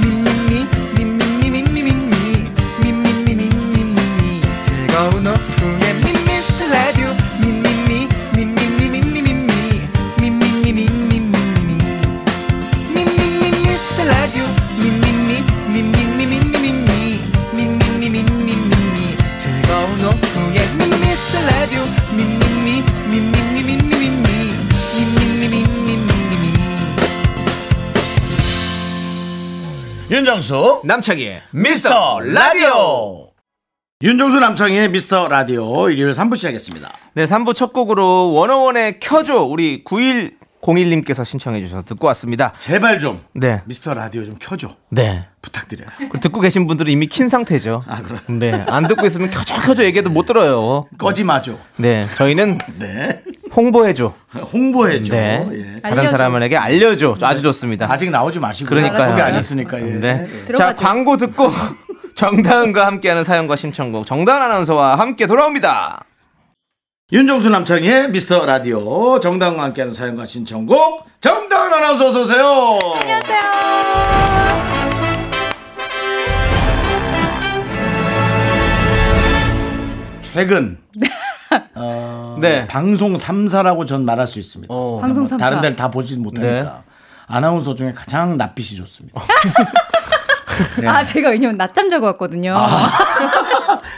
Speaker 6: 미미미 미미미 미미미 미미미 미미미 즐거운 오후에 미스터 라디오 미미미 미미미 미미미 미미미 미미미
Speaker 1: 윤정수
Speaker 2: 남창희의
Speaker 1: 미스터 라디오. 윤정수 남창희의 미스터 라디오 일요일 3부 시작했습니다.
Speaker 2: 네, 3부 첫 곡으로 원어원의 켜줘! 우리 9101님께서 신청해주셔서 듣고 왔습니다.
Speaker 1: 제발 좀
Speaker 2: 네.
Speaker 1: 미스터 라디오 좀 켜줘
Speaker 2: 네.
Speaker 1: 부탁드려요.
Speaker 2: 그리고 듣고 계신 분들은 이미 킨 상태죠.
Speaker 1: 아 그럼
Speaker 2: 네. 안 듣고 있으면 켜져 켜져 얘기해도 못 들어요.
Speaker 1: 꺼지 마죠.
Speaker 2: 네. 저희는
Speaker 1: 네.
Speaker 2: 홍보해줘.
Speaker 1: 홍보해줘.
Speaker 2: 네.
Speaker 1: 예. 네.
Speaker 2: 다른 사람에게 알려줘. 아주 좋습니다.
Speaker 1: 아직 나오지 마시고
Speaker 2: 그러니까요.
Speaker 1: 소개 안 했으니까. 예.
Speaker 2: 네. 자,
Speaker 7: 들어가죠.
Speaker 2: 광고 듣고 정다은과 함께하는 사연과 신청곡 정다은 아나운서와 함께 돌아옵니다.
Speaker 1: 윤정수 남창의 미스터 라디오 정다은과 함께하는 사연과 신청곡 정다은 아나운서 어서 오세요.
Speaker 7: 안녕하세요.
Speaker 1: 최근 아, 예.
Speaker 2: 네.
Speaker 1: 방송 3사라고 전 말할 수 있습니다.
Speaker 7: 방송 삼사.
Speaker 1: 다른 데를 다 보지 못하니까.
Speaker 2: 네.
Speaker 1: 아나운서 중에 가장 낯빛이 좋습니다.
Speaker 7: 아 제가 왜냐면 낮잠 자고 왔거든요.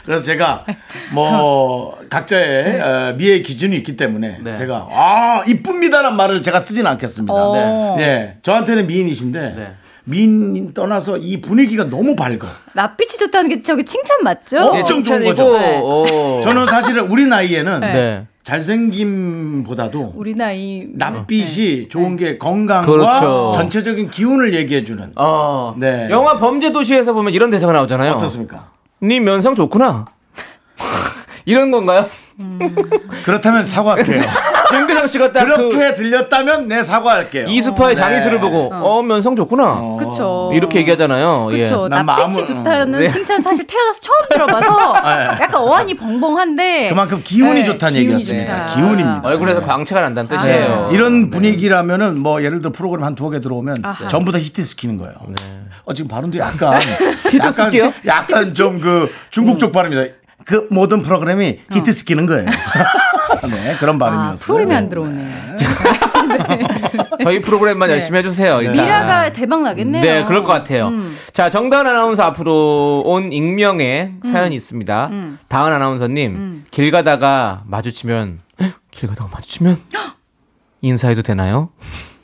Speaker 1: 그래서 제가 뭐 각자의 어, 미의 기준이 있기 때문에
Speaker 2: 네.
Speaker 1: 제가 아 이쁩니다란 말을 제가 쓰진 않겠습니다.
Speaker 7: 어.
Speaker 1: 예, 저한테는 미인이신데
Speaker 2: 네.
Speaker 1: 미인 떠나서 이 분위기가 너무 밝아.
Speaker 7: 낯빛이 좋다는 게 저기 칭찬 맞죠?
Speaker 1: 어? 엄청 좋은 거죠.
Speaker 7: 네.
Speaker 2: 오.
Speaker 1: 저는 사실은 우리 나이에는
Speaker 2: 어. 네.
Speaker 1: 잘생김보다도
Speaker 7: 우리 나이
Speaker 1: 낯빛이 좋은 게 건강과
Speaker 2: 그렇죠.
Speaker 1: 전체적인 기운을 얘기해 주는.
Speaker 2: 어.
Speaker 1: 네.
Speaker 2: 영화 범죄 도시에서 보면 이런 대사가 나오잖아요.
Speaker 1: 어떻습니까?
Speaker 2: 네 면상 좋구나. 이런 건가요?
Speaker 1: 그렇다면 사과할게요.
Speaker 2: 윤규상 씨가 딱 그
Speaker 1: 그렇게 네. 들렸다면 내 사과할게요.
Speaker 2: 이수파의 장이수를 보고 어, 면상 좋구나.
Speaker 7: 그쵸.
Speaker 2: 이렇게 얘기하잖아요. 예.
Speaker 7: 그쵸.
Speaker 1: 어, 난
Speaker 7: 낯빛이
Speaker 1: 마음으로-
Speaker 7: 좋다는
Speaker 2: 네.
Speaker 7: 칭찬 사실 태어나서 처음 들어봐서
Speaker 1: 네.
Speaker 7: 약간 어안이 벙벙한데
Speaker 1: 그만큼 기운이
Speaker 7: 네,
Speaker 1: 좋다는
Speaker 7: 기운이
Speaker 1: 얘기였습니다.
Speaker 7: 좋다.
Speaker 1: 기운입니다.
Speaker 2: 얼굴에서
Speaker 1: 네.
Speaker 2: 광채가 난다는
Speaker 7: 아,
Speaker 2: 뜻이에요.
Speaker 1: 이런 분위기라면은 뭐 예를 들어 프로그램 한 두어 개 들어오면
Speaker 7: 네.
Speaker 1: 전부 다 히트 시키는 거예요.
Speaker 2: 네.
Speaker 1: 어, 지금 발음도 약간 약간
Speaker 2: 시켜요?
Speaker 1: 약간 좀 그 중국 쪽 발음이다. 그 모든 프로그램이 히트 시키는 거예요. 네, 그런 발음이었어요.
Speaker 7: 어. 아, 프로그램이 안 들어오네.
Speaker 2: 저희 프로그램만 열심히 해주세요.
Speaker 1: 네.
Speaker 2: 일단.
Speaker 7: 네. 미라가 대박 나겠네요. 음.
Speaker 2: 네, 그럴 것 같아요. 자, 정다은 아나운서 앞으로 온 익명의
Speaker 7: 음.
Speaker 2: 사연이 있습니다. 다은 아나운서님, 길 가다가 마주치면, 헉, 길 가다가 마주치면, 인사해도 되나요?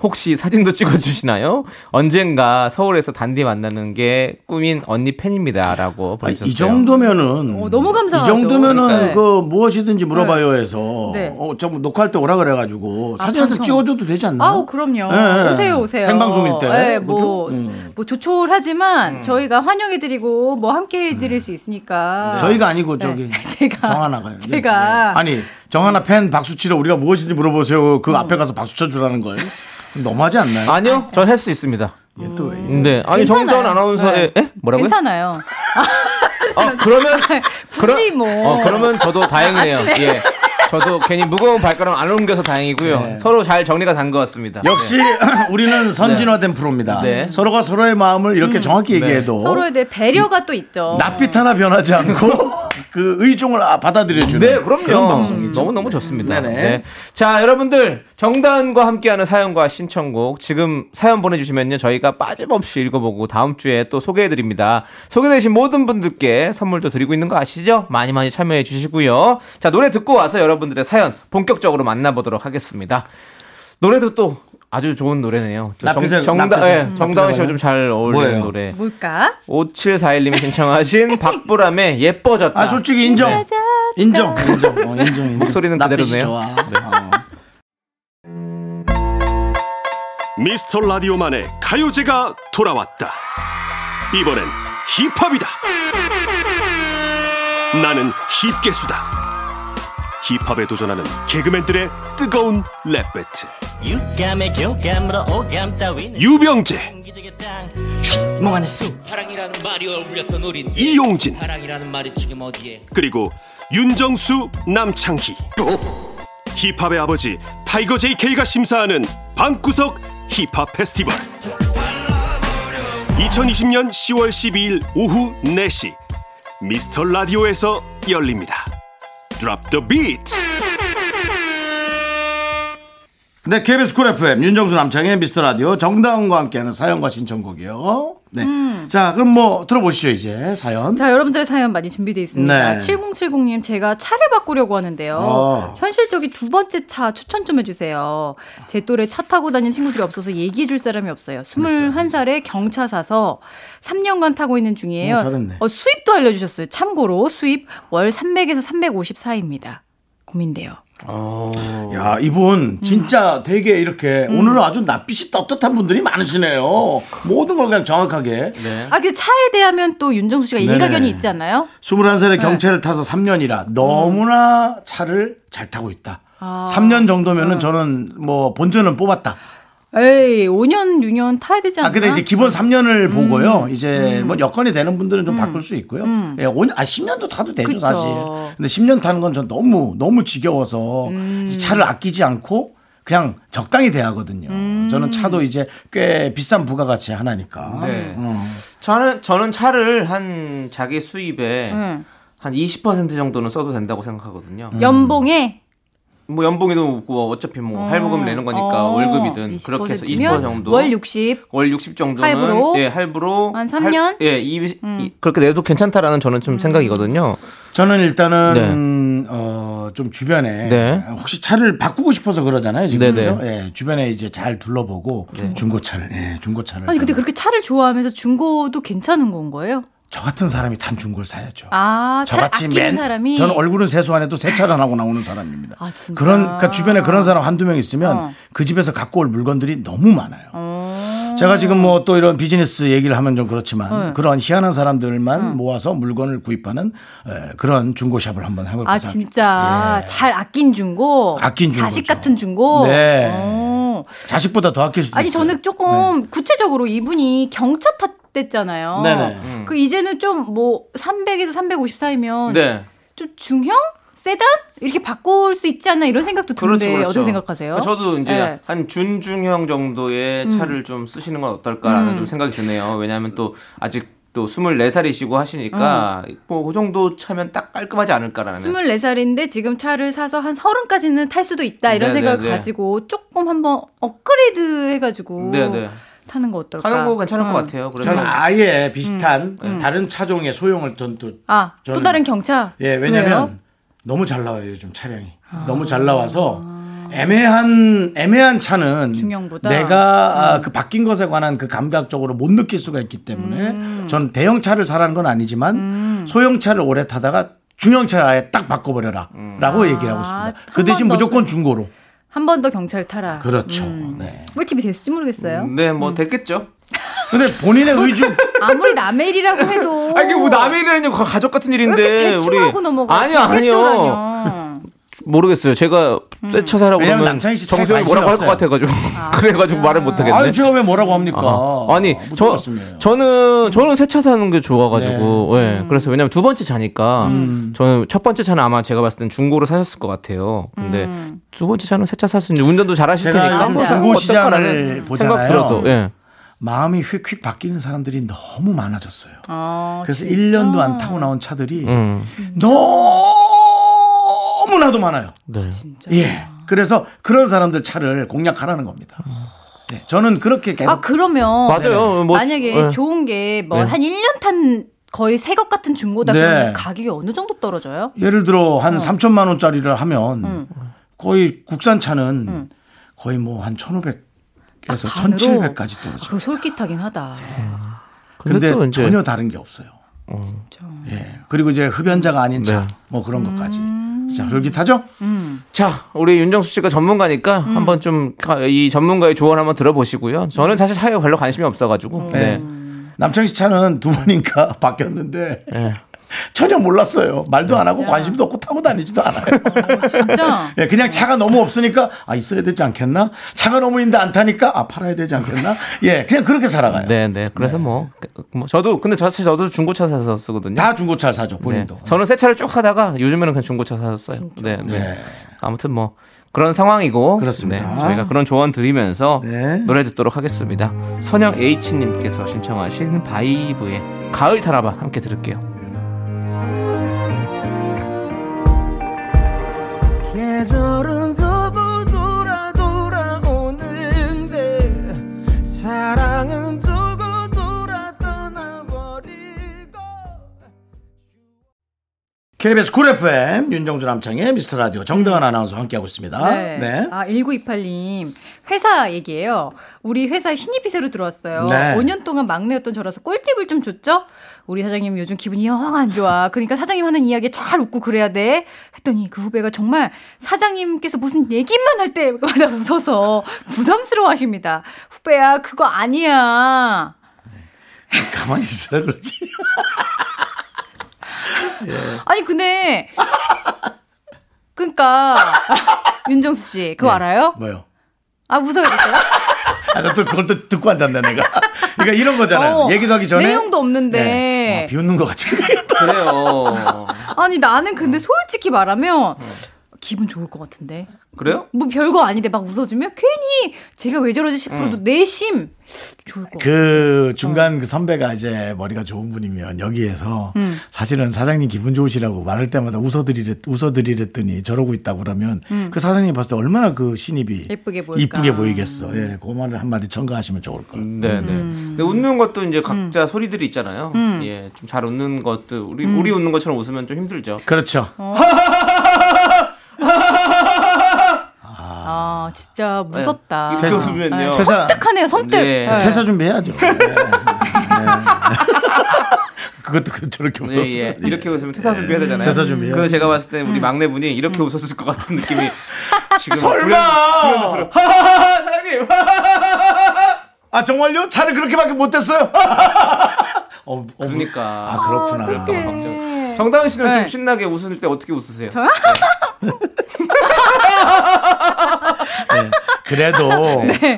Speaker 2: 혹시 사진도 찍어주시나요? 언젠가 서울에서 단디 만나는 게 꿈인 언니 팬입니다. 라고
Speaker 1: 아,
Speaker 2: 보내주셨어요.
Speaker 1: 이 정도면은
Speaker 7: 어, 너무 감사하죠.
Speaker 1: 이 정도면은
Speaker 7: 네.
Speaker 1: 그 무엇이든지 물어봐요 해서
Speaker 7: 네. 아,
Speaker 1: 어, 저 녹화할 때 오라 그래가지고 사진 한장
Speaker 7: 방송.
Speaker 1: 찍어줘도 되지 않나요?
Speaker 7: 아우 그럼요.
Speaker 1: 예, 예.
Speaker 7: 오세요 오세요.
Speaker 1: 생방송일 때.
Speaker 7: 네,
Speaker 1: 뭐죠? 음.
Speaker 7: 뭐, 뭐 조촐하지만 저희가 환영해드리고 뭐 함께해드릴 수 있으니까.
Speaker 1: 음. 저희가 아니고 저기
Speaker 7: 네. 제가
Speaker 1: 정하나가요. 네.
Speaker 7: 제가
Speaker 1: 아니 정하나 팬 박수 치러 우리가 무엇인지 물어보세요. 그 앞에 가서 박수 쳐주라는 걸 너무하지 않나요?
Speaker 2: 아니요, 전 할 수 있습니다.
Speaker 1: 이게 또 왜?
Speaker 2: 네. 아니,
Speaker 7: 괜찮아요.
Speaker 2: 정다은 아나운서의,
Speaker 7: 네.
Speaker 2: 에? 뭐라고요?
Speaker 7: 괜찮아요.
Speaker 2: 어, 그러면
Speaker 7: 굳이
Speaker 2: 그러-
Speaker 7: 뭐.
Speaker 2: 어, 그러면 저도 다행이네요.
Speaker 7: 아침에.
Speaker 2: 예. 저도 괜히 무거운 발걸음 안 옮겨서 다행이고요. 서로 잘 정리가 된 것 같습니다.
Speaker 1: 네. 역시 우리는 선진화된 프로입니다.
Speaker 2: 네.
Speaker 1: 서로가 서로의 마음을 이렇게 정확히
Speaker 2: 뭐?
Speaker 1: 얘기해도
Speaker 7: 서로에 대해 배려가 또 있죠.
Speaker 2: 음.
Speaker 1: 낯빛 하나 변하지 않고 그 의종을 아- 받아들여주는.
Speaker 2: 네, 그럼요.
Speaker 1: 런 방송이죠.
Speaker 2: 너무 너무 좋습니다.
Speaker 1: 네네.
Speaker 2: 네. 자, 여러분들 정다은과 함께하는 사연과 신청곡 지금 사연 보내주시면요 저희가 빠짐없이 읽어보고 다음 주에 또 소개해드립니다. 소개되신 모든 분들께 선물도 드리고 있는 거 아시죠? 많이 많이 참여해 주시고요. 자, 노래 듣고 와서 여러분들의 사연 본격적으로 만나보도록 하겠습니다. 노래도 또 아주 좋은 노래네요. 저
Speaker 1: 나피세-
Speaker 2: 정다,
Speaker 1: 나피세-
Speaker 2: 예, 정다은
Speaker 1: 나피세가요?
Speaker 2: 씨와 좀 잘 어울리는
Speaker 1: 뭐예요?
Speaker 2: 노래.
Speaker 7: 뭘까?
Speaker 2: 5741님이 신청하신 박보람의 예뻐졌다.
Speaker 1: 아 솔직히 인정.
Speaker 2: 네.
Speaker 1: 인정. 인정. 어, 인정. 인정.
Speaker 2: 목소리는
Speaker 1: 낯빛이
Speaker 2: 그대로네요.
Speaker 1: 좋아. 어.
Speaker 8: 미스터 라디오만의 가요제가 돌아왔다. 이번엔 힙합이다. 나는 힙계수다. 힙합에 도전하는 개그맨들의 뜨거운 랩 배틀. 유병재,
Speaker 9: 멍하는 수 사랑이라는 말이 어울렸던 우린
Speaker 8: 이용진,
Speaker 9: 사랑이라는 말이 지금 어디에
Speaker 8: 그리고 윤정수, 남창희. 힙합의 아버지 타이거 JK가 심사하는 방구석 힙합 페스티벌. 2020년 10월 12일 오후 4시 미스터 라디오에서 열립니다. 드랍 더 비트.
Speaker 1: 네, KBS 쿨 FM 윤정수 남창의 미스터 라디오 정다은과 함께하는 사연과 신청곡이요. 네, 자 그럼 뭐 들어보시죠 이제 사연.
Speaker 7: 음. 자, 여러분들의 사연 많이 준비되어 있습니다.
Speaker 1: 네.
Speaker 7: 7070님, 제가 차를 바꾸려고 하는데요.
Speaker 1: 어.
Speaker 7: 현실적인 두 번째 차 추천 좀 해주세요. 제 또래 차 타고 다니는 친구들이 없어서 얘기해줄 사람이 없어요. 21살에 경차 사서 3년간 타고 있는 중이에요.
Speaker 1: 어, 잘했네.
Speaker 7: 어, 수입도 알려주셨어요. 참고로 수입 월 300에서 350 사이입니다. 고민돼요.
Speaker 1: 야 이분 진짜 되게 이렇게
Speaker 7: 음.
Speaker 1: 오늘은 아주 낯빛이 떳떳한 분들이 많으시네요. 모든 걸 그냥 정확하게.
Speaker 7: 아, 그 차에 대하면 또 윤정수 씨가
Speaker 1: 네. 네네.
Speaker 7: 일가견이 있지 않나요?
Speaker 1: 21살에 경차를 타서 3년이라 너무나 차를 잘 타고 있다.
Speaker 7: 음. 아.
Speaker 1: 3년 정도면은 저는 뭐 본전은 뽑았다.
Speaker 7: 에이, 5년, 6년 타야 되지 않나?
Speaker 1: 아, 근데 이제 기본
Speaker 7: 음.
Speaker 1: 3년을 보고요. 이제 뭐 여건이 되는 분들은 좀 바꿀 수 있고요. 예, 5년, 아, 10년도 타도 되죠,
Speaker 7: 음. 그쵸.
Speaker 1: 사실. 근데 10년 타는 건 전 너무, 너무 지겨워서
Speaker 7: 음.
Speaker 1: 이제 차를 아끼지 않고 그냥 적당히 대하거든요.
Speaker 7: 음.
Speaker 1: 저는 차도 이제 꽤 비싼 부가가치 하나니까.
Speaker 2: 네.
Speaker 1: 어.
Speaker 2: 저는 저는 차를 한 자기 수입에
Speaker 7: 음.
Speaker 2: 한 20% 정도는 써도 된다고 생각하거든요.
Speaker 7: 연봉에
Speaker 2: 뭐 연봉이도 없고 음. 어차피 뭐 할부금 내는 거니까
Speaker 7: 음. 어,
Speaker 2: 월급이든 그렇게 해서 20%
Speaker 7: 20%
Speaker 2: 정도
Speaker 7: 월 60.
Speaker 2: 월 60 정도는
Speaker 7: 할부로?
Speaker 2: 예 할부로
Speaker 7: 한삼 년? 음.
Speaker 2: 예 이, 이- 그렇게 내도 괜찮다라는 저는 좀 생각이거든요.
Speaker 1: 저는 일단은 어, 좀 주변에
Speaker 2: 네.
Speaker 1: 혹시 차를 바꾸고 싶어서 그러잖아요 지금
Speaker 2: 네네. 네.
Speaker 1: 그죠? 예, 주변에 이제 잘 둘러보고 중고차를 예, 중고차를
Speaker 7: 아니 근데
Speaker 1: 저는-
Speaker 7: 그렇게 차를 좋아하면서 중고도 괜찮은 건 거예요?
Speaker 1: 저 같은 사람이 탄 중고를 사야죠.
Speaker 7: 아, 차를 아끼는 사람이
Speaker 1: 저는 얼굴은 세수 안 해도 세차를 안 하고 나오는 사람입니다.
Speaker 7: 아, 진짜?
Speaker 1: 그런 그러니까 주변에 그런 사람 한두 명 있으면
Speaker 7: 어.
Speaker 1: 그 집에서 갖고 올 물건들이 너무 많아요. 제가 지금 뭐 또 이런 비즈니스 얘기를 하면 좀
Speaker 7: 네.
Speaker 1: 그렇지만 그런 희한한 사람들만
Speaker 7: 음.
Speaker 1: 모아서 물건을 구입하는 에, 그런 중고샵을 한번 해볼까
Speaker 7: 아
Speaker 1: 생각 중-
Speaker 2: 예.
Speaker 7: 진짜 잘 아낀 중고,
Speaker 1: 아낀 중고죠.
Speaker 7: 자식 같은 중고.
Speaker 1: 네.
Speaker 7: 어.
Speaker 1: 자식보다 더 아낄 수도
Speaker 7: 아니
Speaker 1: 있어요.
Speaker 7: 저는 조금 구체적으로 이분이 경차 탔댔잖아요.
Speaker 1: 네네.
Speaker 7: 그 이제는 좀 뭐 300에서 350 사이면
Speaker 2: 네.
Speaker 7: 좀 중형 세단 이렇게 바꿀 수 있지 않나 이런 생각도 드는데 어떻게 생각하세요?
Speaker 2: 그렇죠,
Speaker 7: 음.
Speaker 2: 저도 이제
Speaker 7: 네.
Speaker 2: 한 준중형 정도의 차를 좀 쓰시는 건
Speaker 7: 음.
Speaker 2: 어떨까라는 좀 생각이 드네요. 왜냐하면 또 아직 또 24살이시고 하시니까
Speaker 7: 음.
Speaker 2: 뭐그 정도 차면 딱 깔끔하지 않을까라는
Speaker 7: 24살인데 지금 차를 사서 한 30까지는 탈 수도 있다 이런
Speaker 2: 네네네.
Speaker 7: 생각을 가지고 조금 한번 업그레이드 해가지고
Speaker 2: 네네.
Speaker 7: 타는 거 어떨까?
Speaker 2: 하는 거 괜찮을 것
Speaker 7: 음.
Speaker 2: 같아요. 그래서
Speaker 1: 저는 아예 비슷한 다른 차종의 소형을 전또
Speaker 7: 아, 또
Speaker 1: 저는-
Speaker 7: 다른 경차?
Speaker 1: 예,
Speaker 7: 왜요? 아.
Speaker 1: 왜냐면 너무 잘 나와요, 요즘 차량이. 너무 잘 나와서 애매한 애매한 차는
Speaker 7: 중형보다? 음.
Speaker 1: 내가 아, 그 바뀐 것에 관한 그 감각적으로 못 느낄 수가 있기
Speaker 7: 음.
Speaker 1: 때문에 저는 대형 차를 사라는 건 아니지만 소형 차를 오래 타다가 중형 차를 아예 딱 바꿔버려라
Speaker 2: 음.
Speaker 1: 라고 얘기를 하고 있습니다. 그
Speaker 7: 아, 한번
Speaker 1: 대신
Speaker 7: 더
Speaker 1: 무조건 중고로.
Speaker 7: 한 번 더 경찰 타라.
Speaker 1: 그렇죠.
Speaker 7: 음.
Speaker 1: 네.
Speaker 7: 꿀 팁이 됐을지 모르겠어요.
Speaker 2: 네,
Speaker 1: 음.
Speaker 2: 뭐 됐겠죠.
Speaker 1: 근데 본인의 의주
Speaker 7: 아무리 남의 일이라고 해도.
Speaker 2: 아 이게 뭐 남의 일이라니 가족 같은
Speaker 7: 이렇게
Speaker 2: 일인데
Speaker 7: 대충
Speaker 2: 우리
Speaker 7: 하고 넘어가.
Speaker 2: 아니요 아니요
Speaker 7: 개쫄하냐.
Speaker 2: 모르겠어요. 제가 쇠차 사라고
Speaker 1: 음. 왜냐면
Speaker 2: 그러면
Speaker 1: 남창희 씨 차에
Speaker 2: 정수영이
Speaker 1: 관심이
Speaker 2: 뭐라고 할 것
Speaker 1: 없어요.
Speaker 2: 같아가지고 그래가지고 말을 못하겠네.
Speaker 1: 아니 제가 왜 뭐라고 합니까?
Speaker 2: 아하. 아니
Speaker 1: 무슨
Speaker 2: 저
Speaker 1: 말씀이에요? 음.
Speaker 2: 저는 저는 새 차 사는 게 좋아가지고
Speaker 1: 네.
Speaker 2: 예 그래서 왜냐면 두 번째 차니까
Speaker 1: 음.
Speaker 2: 저는 첫 번째 차는 아마 제가 봤을 땐 중고로 사셨을 것 같아요 근데 두 번째 차는 새 차 샀으니 운전도 잘하실
Speaker 1: 음. 제가
Speaker 2: 테니까
Speaker 1: 요즘
Speaker 2: 한번
Speaker 1: 중고
Speaker 2: 사면 어떨까라는
Speaker 1: 시장을 보잖아요.
Speaker 2: 생각 들어서 예
Speaker 1: 마음이 휙휙 바뀌는 사람들이 너무 많아졌어요.
Speaker 7: 아,
Speaker 1: 그래서 1년도 안 타고 나온 차들이
Speaker 2: 음.
Speaker 1: 너무나도 많아요.
Speaker 2: 네.
Speaker 1: 예. 그래서 그런 사람들 차를 공략하라는 겁니다. 네, 저는 그렇게 계속
Speaker 7: 아, 그러면.
Speaker 2: 맞아요 뭐
Speaker 7: 만약에
Speaker 2: 예.
Speaker 7: 좋은 게 뭐
Speaker 2: 네.
Speaker 7: 한 1년 탄 거의 새 것 같은 중고다
Speaker 1: 네.
Speaker 7: 그러면 가격이 어느 정도 떨어져요?
Speaker 1: 예를 들어 한 3천만 원짜리를 하면 거의 국산 차는 거의 뭐 한 1,500에서
Speaker 7: 아, 반으로? 아,
Speaker 1: 1,700까지 떨어져요.
Speaker 7: 그거 솔깃하긴 하다.
Speaker 1: 근데,
Speaker 2: 또 아, 이제-
Speaker 1: 전혀 다른 게 없어요. 예. 그리고 이제 흡연자가 아닌 차,
Speaker 2: 네.
Speaker 1: 뭐 그런 것까지. 자, 솔깃하죠?
Speaker 2: 자, 우리 윤정수 씨가 전문가니까 한번 좀 이 전문가의 조언 한번 들어보시고요. 저는 사실 사회에 별로 관심이 없어가지고. 네.
Speaker 1: 남창희 씨 차는 두 번인가 바뀌었는데
Speaker 2: 네.
Speaker 1: 전혀 몰랐어요. 말도 안 하고 관심도 없고 타고 다니지도 않아요.
Speaker 7: 진짜?
Speaker 1: 예, 그냥 차가 너무 없으니까 아 있어야 되지 않겠나? 차가 너무 있는데 안 타니까 아 팔아야 되지 않겠나? 예, 그냥 그렇게 살아가요.
Speaker 2: 네, 네. 그래서 뭐, 뭐 저도 근데 사실 저도 중고차 사서 쓰거든요.
Speaker 1: 다 중고차를 사죠
Speaker 2: 네.
Speaker 1: 본인도.
Speaker 2: 저는 새 차를 쭉 사다가 요즘에는 그냥 중고차 사서 써요. 네, 네.
Speaker 1: 네.
Speaker 2: 아무튼 뭐 그런 상황이고
Speaker 1: 그렇습니다.
Speaker 2: 네, 저희가 그런 조언 드리면서
Speaker 1: 네.
Speaker 2: 노래 듣도록 하겠습니다. 선영 H 님께서 신청하신 바이브의 가을 타라바 함께 들을게요.
Speaker 6: 계절은 더부 돌아 돌아오는데 사랑은 두고 돌아 떠나버리고
Speaker 1: KBS 쿨 FM 윤정수 남창의 미스터 라디오 정다은 아나운서 함께하고 있습니다.
Speaker 7: 네. 아, 1928님. 회사 얘기예요. 우리 회사 신입이 새로 들어왔어요.
Speaker 1: 네.
Speaker 7: 5년 동안 막내였던 저라서 꿀팁을 좀 줬죠? 우리 사장님 요즘 기분이 영 안 좋아. 그러니까 사장님 하는 이야기에 잘 웃고 그래야 돼. 했더니 그 후배가 정말 사장님께서 무슨 얘기만 할 때마다 웃어서 부담스러워 하십니다. 후배야, 그거 아니야.
Speaker 1: 가만히 있어라 그러지.
Speaker 7: 아니, 근데. 그러니까 윤정수 씨 그거
Speaker 1: 네.
Speaker 7: 알아요?
Speaker 1: 뭐요?
Speaker 7: 아 웃어야겠어요.
Speaker 1: 아, 나또 그걸 또 듣고 앉았네, 내가. 그러니까 이런 거잖아요.
Speaker 7: 어,
Speaker 1: 얘기도 하기 전에.
Speaker 7: 내용도 없는데.
Speaker 1: 네. 아, 비웃는 것 같이.
Speaker 2: 그래요.
Speaker 7: 아니 나는 근데 솔직히 말하면 기분 좋을 것 같은데.
Speaker 2: 그래요?
Speaker 7: 뭐 별거 아닌데 막 웃어주면 괜히 제가 왜 저러지 싶어도 내심 좋을 것 같아요.
Speaker 1: 그 중간 그 선배가 이제 머리가 좋은 분이면 여기에서
Speaker 7: 음.
Speaker 1: 사실은 사장님 기분 좋으시라고 말할 때마다 웃어드리랬, 웃어드리랬더니 저러고 있다고 그러면 그 사장님 봤을 때 얼마나 그 신입이
Speaker 7: 음. 예쁘게 보일까. 음.
Speaker 1: 이쁘게 보이겠어. 예, 그 말을 한마디 첨가하시면 좋을 것 같아요.
Speaker 2: 네, 네. 근데 웃는 것도
Speaker 7: 음.
Speaker 2: 이제 각자 소리들이 있잖아요. 예, 좀 잘 웃는 것도 우리
Speaker 7: 음.
Speaker 2: 우리 웃는 것처럼 웃으면 좀 힘들죠.
Speaker 1: 그렇죠.
Speaker 7: 어. 아 진짜 무섭다.
Speaker 2: 이렇게 웃으면요.
Speaker 1: 퇴사,
Speaker 7: 섬뜩하네요 섬뜩.
Speaker 2: 네.
Speaker 7: 네.
Speaker 1: 퇴사 준비해야죠. 예. 네. 그것도 그- 저렇게
Speaker 2: 예,
Speaker 1: 웃었어요.
Speaker 2: 예. 이렇게 웃으면 퇴사 준비해야 되잖아요.
Speaker 1: 퇴사 준비요?
Speaker 2: 그래서 제가 봤을 때
Speaker 7: 음.
Speaker 2: 우리 막내분이 이렇게 웃었을 것 같은 느낌이 지금 설마. 하하하 사장님.
Speaker 1: 아 정말요? 차는 그렇게밖에 못됐어요? 어, 어,
Speaker 2: 그러니까.
Speaker 1: 아 그렇구나.
Speaker 2: 걱정. 정다은 씨는 좀
Speaker 7: 네.
Speaker 2: 신나게 웃을 때 어떻게 웃으세요?
Speaker 7: 저요?
Speaker 1: 그래도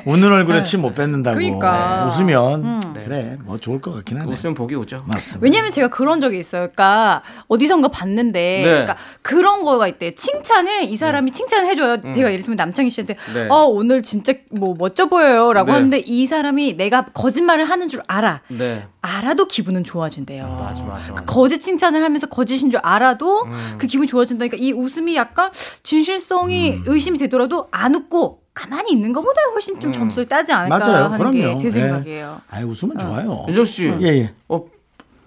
Speaker 1: 웃는 얼굴에 침 못 뱉는다고 네,
Speaker 7: 그러니까.
Speaker 1: 웃으면 그래 뭐 좋을 것 같긴 하네.
Speaker 2: 웃으면 복이 오죠.
Speaker 1: 맞습니다.
Speaker 7: 왜냐면 제가 그런 적이 있어요. 그러니까 어디선가 봤는데 그러니까 그런 거가 있대. 칭찬을 이 사람이 칭찬을 해줘요. 제가 예를 들면 남창희 씨한테
Speaker 2: 네.
Speaker 7: 어 오늘 진짜 뭐 멋져 보여요라고
Speaker 2: 네.
Speaker 7: 하는데 이 사람이 내가 거짓말을 하는 줄 알아.
Speaker 2: 네.
Speaker 7: 알아도 기분은 좋아진대요.
Speaker 2: 맞아, 음. 맞아.
Speaker 7: 그 거짓 칭찬을 하면서 거짓인 줄 알아도 그 기분 좋아진다니까 이 웃음이 약간 진실성이
Speaker 2: 음.
Speaker 7: 의심이 되더라도 안 웃고 가만히 있는 것보다 훨씬
Speaker 2: 음.
Speaker 7: 좀 점수를 따지 않을까
Speaker 1: 맞아요.
Speaker 7: 하는 게
Speaker 1: 그럼요.
Speaker 7: 제
Speaker 1: 예.
Speaker 2: 네.
Speaker 7: 생각이에요.
Speaker 1: 아이 웃으면 좋아요.
Speaker 2: 윤정 씨.
Speaker 1: 예
Speaker 7: 네.
Speaker 1: 예.
Speaker 2: 어,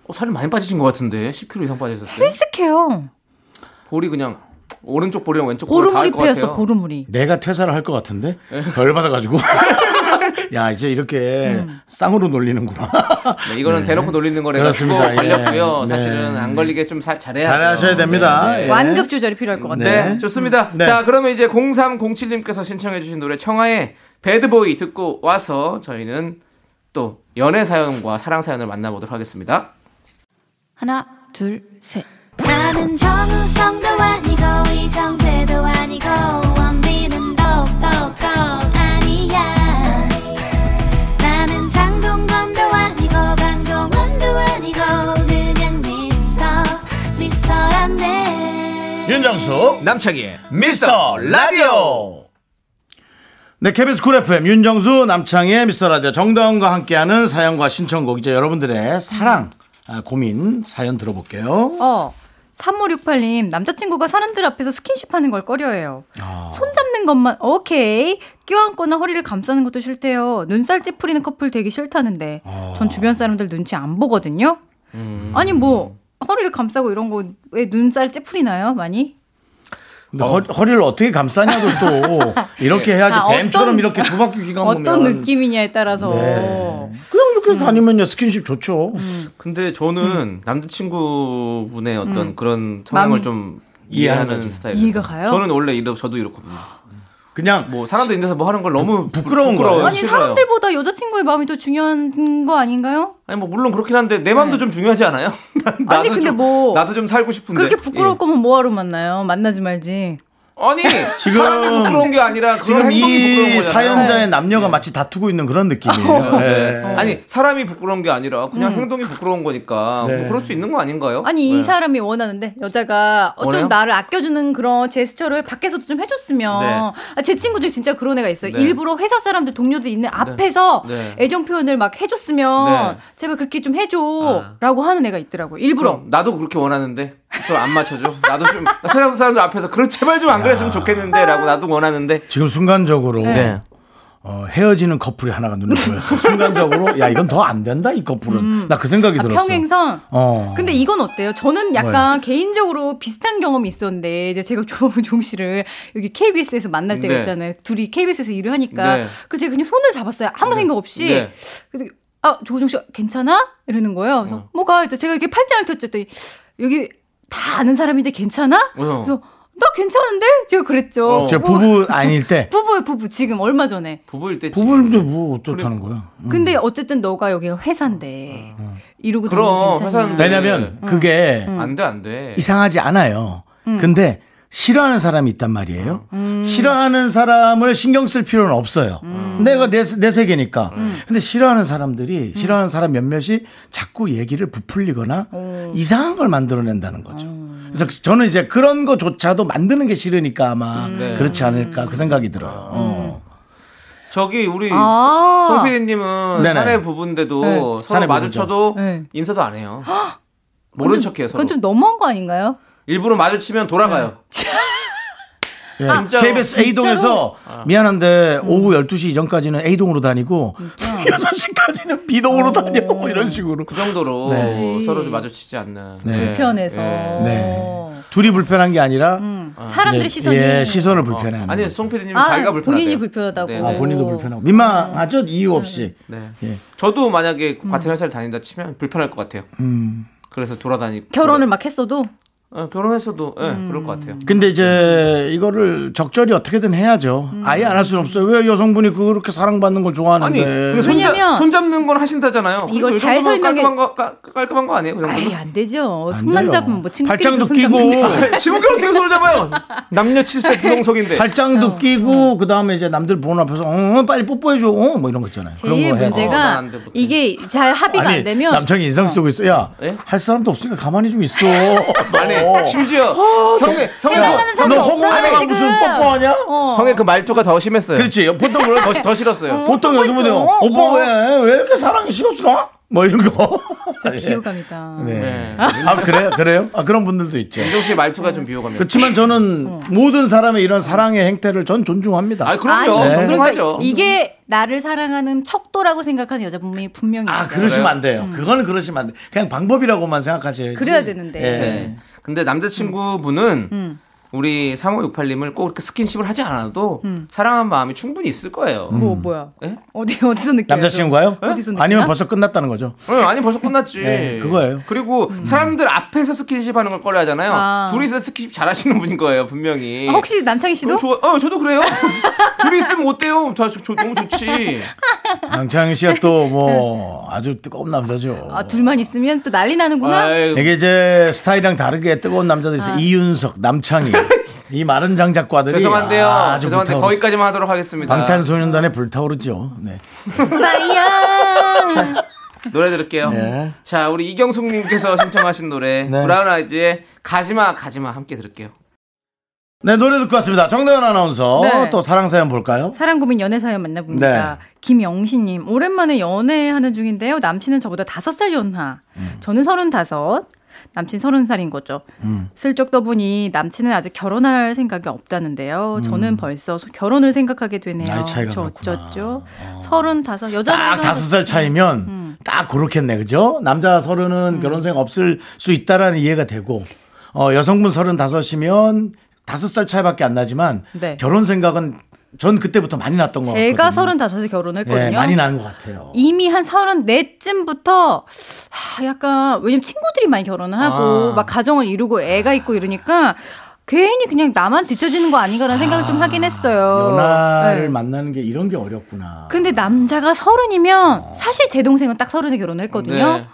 Speaker 2: 어, 살이 많이 빠지신 것 같은데 10kg 이상 빠지셨어요?
Speaker 7: 필스해요
Speaker 2: 볼이 그냥 오른쪽 볼이랑 왼쪽 볼이 다할
Speaker 7: 보름물이
Speaker 2: 것 같아요.
Speaker 7: 패였어 보름물이.
Speaker 1: 내가 퇴사를 할 것 같은데 열 받아가지고. 야 이제 이렇게 쌍으로 놀리는구나.
Speaker 2: 네, 이거는 대놓고 놀리는 거래가 지고
Speaker 1: 그렇습니다. 예.
Speaker 2: 걸렸고요.
Speaker 1: 네.
Speaker 2: 사실은 안 걸리게 좀 잘해야
Speaker 1: 잘하셔야 됩니다. 예.
Speaker 7: 완급 조절이 필요할 것 같아요.
Speaker 2: 네,
Speaker 1: 네.
Speaker 2: 좋습니다.
Speaker 1: 네.
Speaker 2: 자, 그러면 이제 0307님께서 신청해주신 노래 청하의 배드보이 듣고 와서 저희는 또 연애 사연과 사랑 사연을 만나보도록 하겠습니다.
Speaker 7: 하나 둘 셋.
Speaker 5: 나는 정우성도 아니고 이정재도 아니고 원빈은 더욱더 아니야 나는 장동건도 아니고 강동원도 아니고 그냥 미스터 미스터란데
Speaker 1: 윤정수 남창희 미스터 라디오 네, KBS 쿨 FM 윤정수 남창희의 미스터 라디오 정다운과 함께하는 사연과 신청곡 이제 여러분들의 사랑 아, 고민 사연 들어볼게요.
Speaker 7: 어. 3568님, 남자친구가 사람들 앞에서 스킨십 하는 걸 꺼려해요.
Speaker 2: 아.
Speaker 7: 손 잡는 것만, 오케이. 껴안거나 허리를 감싸는 것도 싫대요. 눈살 찌푸리는 커플 되기 싫다는데,
Speaker 2: 아.
Speaker 7: 전 주변 사람들 눈치 안 보거든요?
Speaker 2: 음.
Speaker 7: 아니, 뭐, 허리를 감싸고 이런 거 왜 눈살 찌푸리나요, 많이?
Speaker 1: 근데 허, 리를 어떻게 감싸냐고 또 이렇게 해야지
Speaker 7: 아,
Speaker 1: 뱀처럼
Speaker 7: 어떤-
Speaker 1: 이렇게 두 바퀴 기간 보면
Speaker 7: 어떤 느낌이냐에 따라서.
Speaker 1: 네. 그냥 이렇게
Speaker 2: 음.
Speaker 1: 다니면요 스킨십 좋죠.
Speaker 2: 근데 저는 남자친구분의 어떤 그런 성향을
Speaker 7: 마음-
Speaker 2: 좀
Speaker 1: 이해하는
Speaker 2: 이해하는
Speaker 1: 거죠.
Speaker 2: 스타일이에요.
Speaker 7: 이해가 가요?
Speaker 2: 저는 원래 이러 저도 이렇거든요.
Speaker 1: 그냥
Speaker 2: 뭐 사람들 있는 데서 뭐 하는 걸 너무
Speaker 1: 부끄러운
Speaker 2: 부끄러워요.
Speaker 1: 거예요.
Speaker 7: 아니,
Speaker 2: 싫어요.
Speaker 7: 사람들보다 여자친구의 마음이 더 중요한 거 아닌가요?
Speaker 2: 아니 뭐 물론 그렇긴 한데 내 마음도 좀 중요하지 않아요? 나- 나도
Speaker 7: 아니, 근데
Speaker 2: 좀,
Speaker 7: 뭐-
Speaker 2: 나도 좀 살고 싶은데
Speaker 7: 그렇게 부끄러울
Speaker 2: 예.
Speaker 7: 거면 뭐하러 만나요? 만나지 말지.
Speaker 2: 아니
Speaker 1: 지금-
Speaker 2: 사람들 부끄러운 게 아니라 그런
Speaker 1: 지금
Speaker 2: 행동이 부끄러운
Speaker 1: 이
Speaker 2: 거잖아요. 네. 어,
Speaker 1: 사연자의 남녀가 마치 다투고 있는 그런 느낌이에요. 네.
Speaker 2: 아니 사람이 부끄러운 게 아니라 그냥 행동이 부끄러운 거니까
Speaker 1: 네.
Speaker 2: 뭐 그럴 수 있는 거 아닌가요?
Speaker 7: 아니 이 사람이 원하는데 여자가 어쩜
Speaker 2: 원해요?
Speaker 7: 나를 아껴주는 그런 제스처를 밖에서도 좀 해줬으면
Speaker 2: 네.
Speaker 7: 아, 제 친구 중에 진짜 그런 애가 있어요
Speaker 2: 네.
Speaker 7: 일부러 회사 사람들 동료들 있는 앞에서
Speaker 2: 네.
Speaker 7: 애정 표현을 막 해줬으면
Speaker 2: 네. 아.
Speaker 7: 제발 그렇게 좀 해줘라고 하는 애가 있더라고요 일부러
Speaker 2: 그럼 나도 그렇게 원하는데 좀 안 맞춰줘. 나도 좀 사람 사람들 앞에서 그런 제발 좀 안 그랬으면 좋겠는데라고 나도 원하는데
Speaker 1: 지금 순간적으로
Speaker 2: 네.
Speaker 1: 어, 헤어지는 커플이 하나가 눈에 보였어. 순간적으로 야 이건 더 안 된다 이 커플은
Speaker 2: 음.
Speaker 1: 나 그 생각이
Speaker 7: 아,
Speaker 1: 들었어.
Speaker 7: 평행선
Speaker 1: 어.
Speaker 7: 근데 이건 어때요? 저는 약간 개인적으로 비슷한 경험이 있었는데 이제 제가 조종 씨를 여기 KBS에서 만날 때가
Speaker 2: 네.
Speaker 7: 있잖아요. 둘이 KBS에서 일을 하니까
Speaker 2: 네.
Speaker 7: 그 제가 그냥 손을 잡았어요. 아무 생각 없이
Speaker 2: 네.
Speaker 7: 그래서 아 조종 씨 괜찮아? 이러는 거예요. 그래서
Speaker 2: 어.
Speaker 7: 뭐가 이제 제가 이렇게 팔짱을 폈죠. 했더니 여기 다 아는 사람인데 괜찮아?
Speaker 2: 어.
Speaker 7: 그래서 나 괜찮은데? 제가 그랬죠.
Speaker 2: 어.
Speaker 1: 저
Speaker 7: 뭐,
Speaker 1: 부부 아닐 때
Speaker 7: 부부예요 부부 지금 얼마 전에.
Speaker 2: 부부일 때
Speaker 1: 부부인데 뭐 어떻다는 거야?
Speaker 7: 근데 어쨌든 너가 여기가 회사인데 이러고
Speaker 2: 어. 그럼,
Speaker 7: 다니면 괜찮냐?
Speaker 2: 네. 회사인데.
Speaker 1: 왜냐면 그게
Speaker 2: 안돼 안돼. 음.
Speaker 1: 이상하지 않아요. 네. 근데 싫어하는 사람이 있단 말이에요. 싫어하는 사람을 신경 쓸 필요는 없어요.
Speaker 2: 음.
Speaker 1: 내가 내, 세- 내 세계니까. 근데 싫어하는 사람들이 싫어하는 사람 몇몇이 자꾸 얘기를 부풀리거나 이상한 걸 만들어낸다는 거죠.
Speaker 2: 음.
Speaker 1: 그래서 저는 이제 그런 거조차도 만드는 게 싫으니까 아마
Speaker 2: 네. 음.
Speaker 1: 그렇지 않을까 그 생각이 들어요. 어.
Speaker 2: 저기 우리
Speaker 7: 아.
Speaker 2: 송 PD님은
Speaker 1: 네네.
Speaker 2: 사내 부부인데도
Speaker 1: 네.
Speaker 2: 서로
Speaker 1: 사내 부부죠.
Speaker 2: 마주쳐도
Speaker 7: 네.
Speaker 2: 인사도 안 해요. 모른 척해요 서로.
Speaker 7: 그건 좀 너무한 거 아닌가요?
Speaker 2: 일부러 마주치면 돌아가요.
Speaker 7: 네.
Speaker 1: 예.
Speaker 2: 진짜로? 아. 음.
Speaker 1: KBS A동에서 미안한데 오후 12시 이전까지는 A동으로 다니고 6시까지는 B동으로 다녀 뭐 이런 식으로
Speaker 2: 그 정도로
Speaker 1: 네.
Speaker 7: 아, 그치.
Speaker 2: 서로 좀 마주치지 않는.
Speaker 1: 네.
Speaker 7: 불편해서.
Speaker 2: 예.
Speaker 1: 네. 둘이 불편한 게 아니라
Speaker 7: 음, 사람들의
Speaker 1: 예,
Speaker 7: 시선이.
Speaker 1: 예, 시선을 불편해하는
Speaker 2: 어. 아니
Speaker 1: 거죠.
Speaker 2: 송 PD님
Speaker 7: 아,
Speaker 2: 자기가 불편하대요.
Speaker 7: 본인이 불편하다고.
Speaker 2: 네,
Speaker 1: 아,
Speaker 2: 네.
Speaker 1: 본인도 불편하고 민망하죠 이유 없이
Speaker 2: 네.
Speaker 1: 예.
Speaker 2: 저도 만약에 그
Speaker 7: 음.
Speaker 2: 같은 회사를 다닌다 치면 불편할 것 같아요.
Speaker 1: 음.
Speaker 2: 그래서 돌아다니.
Speaker 7: 결혼을 막 했어도
Speaker 2: 어, 결혼했어도 예,
Speaker 7: 음.
Speaker 2: 그럴 것 같아요.
Speaker 1: 근데
Speaker 2: 음.
Speaker 1: 이제 이거를 적절히 어떻게든 해야죠
Speaker 7: 음.
Speaker 1: 아예 안 할 수는 없어요 왜 여성분이 그렇게 사랑받는 걸
Speaker 2: 아니,
Speaker 1: 좋아하는데
Speaker 2: 근데 손잡,
Speaker 7: 왜냐면-
Speaker 2: 손잡는 건 하신다잖아요.
Speaker 7: 이걸
Speaker 2: 그래도 이
Speaker 7: 잘
Speaker 2: 정도면
Speaker 7: 설명해-
Speaker 2: 깔끔한 거, 깔, 깔끔한 거 아니에요? 그 정도면?
Speaker 7: 아예 안 되죠.
Speaker 1: 안
Speaker 7: 손만
Speaker 1: 돼요.
Speaker 7: 잡으면 뭐 친구
Speaker 1: 발장도 끼고
Speaker 2: 아, 지문결 어떻게 손을 잡아요? 남녀 칠세 부동석인데.
Speaker 7: 어.
Speaker 1: 팔짱도 끼고 그 다음에 이제 남들 보는 앞에서 어 빨리 뽀뽀해줘 어, 뭐 이런 거 있잖아요 그런
Speaker 7: 제일
Speaker 1: 거 해야
Speaker 2: 어,
Speaker 7: 문제가
Speaker 2: 난안 돼, 못해.
Speaker 7: 이게 잘 합의가
Speaker 1: 아니
Speaker 7: 안 되면
Speaker 1: 남창이 인상 쓰고 있어. 야,
Speaker 2: 예?
Speaker 1: 할 사람도 없으니까 가만히 좀 있어.
Speaker 2: 아니, 심지어 형의 뭐,
Speaker 7: 해달라는 사람이
Speaker 1: 너 허공에다가
Speaker 7: 어. 없잖아요 지금.
Speaker 1: 무슨 뽀뽀하냐?
Speaker 7: 어.
Speaker 2: 형의 그 말투가 더 심했어요.
Speaker 1: 그렇지. 음. 보통 그렇죠. 그런
Speaker 2: 더, 더 싫었어요.
Speaker 1: 보통 여성분들
Speaker 7: 어,
Speaker 1: 오빠
Speaker 7: 어.
Speaker 1: 왜, 왜 이렇게 사랑이 식었어? 뭐 이런 거.
Speaker 7: 비호감이다.
Speaker 1: 예. 네.
Speaker 2: 네.
Speaker 1: 아 그래요, 그래요? 아 그런 분들도 있죠.
Speaker 2: 윤종 씨 말투가 좀 비호감이었어요.
Speaker 1: 그렇지만 저는 모든 사람의 이런 사랑의 행태를 전 존중합니다.
Speaker 2: 아, 그럼요.
Speaker 7: 아니,
Speaker 2: 존중하죠.
Speaker 7: 이게 나를 사랑하는 척도라고 생각하는 여자분이 분명히 있어요.
Speaker 1: 아 그러시면 안 돼요. 그거는 그러시면 안 돼. 그냥 방법이라고만 생각하셔야지.
Speaker 7: 그래야 되는데.
Speaker 1: 예.
Speaker 2: 네. 근데 남자친구분은 우리 3568님을 꼭 이렇게 스킨십을 하지 않아도 사랑한 마음이 충분히 있을 거예요.
Speaker 7: 뭐 뭐야?
Speaker 2: 예?
Speaker 7: 어디 어디서
Speaker 1: 음.
Speaker 7: 느껴요?
Speaker 1: 남자친구가요?
Speaker 2: 네?
Speaker 7: 어디서 느끼나?
Speaker 1: 아니면 벌써 끝났다는 거죠.
Speaker 2: 응, 아니 어, 벌써 끝났지.
Speaker 1: 네, 그거예요.
Speaker 2: 그리고 사람들 앞에서 스킨십 하는 걸 꺼려하잖아요.
Speaker 7: 아.
Speaker 2: 둘이서 스킨십 잘하시는 분인 거예요, 분명히.
Speaker 7: 아, 혹시 남창희 씨도?
Speaker 2: 그럼 좋아- 어, 저도 그래요. 둘이 있으면 어때요? 다 저- 저- 너무 좋지.
Speaker 1: 양창희 씨가 또 뭐 아주 뜨거운 남자죠.
Speaker 7: 아 둘만 있으면 또 난리 나는구나.
Speaker 2: 아이, 예.
Speaker 1: 이게 이제 스타일이랑 다르게 뜨거운 남자들
Speaker 7: 아.
Speaker 1: 있어요. 이윤석, 남창희. 이 마른 장작과들이
Speaker 2: 죄송한데요.
Speaker 1: 아주
Speaker 2: 죄송한데
Speaker 1: 불타오르죠.
Speaker 2: 거기까지만 하도록 하겠습니다.
Speaker 1: 방탄소년단에 불타오르죠. 네.
Speaker 7: 파이어.
Speaker 2: 노래 들을게요.
Speaker 1: 네.
Speaker 2: 자, 우리 이경숙님께서 신청하신 노래
Speaker 1: 네.
Speaker 2: 브라운 아이즈의 가지마 가지마 함께 들을게요.
Speaker 1: 네, 노래 듣고 왔습니다. 정다은 아나운서
Speaker 7: 네.
Speaker 1: 또 사랑 사연 볼까요?
Speaker 7: 사랑 고민 연애 사연
Speaker 1: 네.
Speaker 7: 만나봅니다. 김영신님 오랜만에 연애하는 중인데요. 남친은 저보다 다섯 살 연하.
Speaker 1: 음.
Speaker 7: 저는 서른 다섯. 남친 서른 살인 거죠.
Speaker 1: 음.
Speaker 7: 슬쩍 떠보니 남친은 아직 결혼할 생각이 없다는데요. 저는 벌써 결혼을 생각하게 되네요.
Speaker 1: 음. 나이 차이가
Speaker 7: 저
Speaker 1: 그렇구나.
Speaker 7: 어쩌죠? 서른 음. 다섯
Speaker 1: 딱
Speaker 7: 여자는
Speaker 1: 다섯 살 차이면 딱 그렇겠네, 그죠? 남자
Speaker 7: 음.
Speaker 1: 서른은 결혼 생각 없을 수 있다라는 이해가 되고, 어, 여성분 서른 다섯이면 다섯 살 차이밖에 안 나지만
Speaker 7: 네.
Speaker 1: 결혼 생각은 전 그때부터 많이 났던 것 같아요.
Speaker 7: 제가 서른 다섯에 결혼했거든요.
Speaker 1: 네, 많이 나는 것 같아요.
Speaker 7: 이미 한 서른 네쯤부터 하, 약간 왜냐면 친구들이 많이 결혼을 하고
Speaker 2: 아.
Speaker 7: 막 가정을 이루고 애가 있고 이러니까 괜히 그냥 나만 뒤처지는 거 아닌가라는 생각을 좀 하긴 했어요.
Speaker 1: 연하를
Speaker 7: 네.
Speaker 1: 만나는 게 이런 게 어렵구나.
Speaker 7: 근데 남자가 서른이면 사실 제 동생은 딱 서른에 결혼했거든요.
Speaker 2: 아. 네.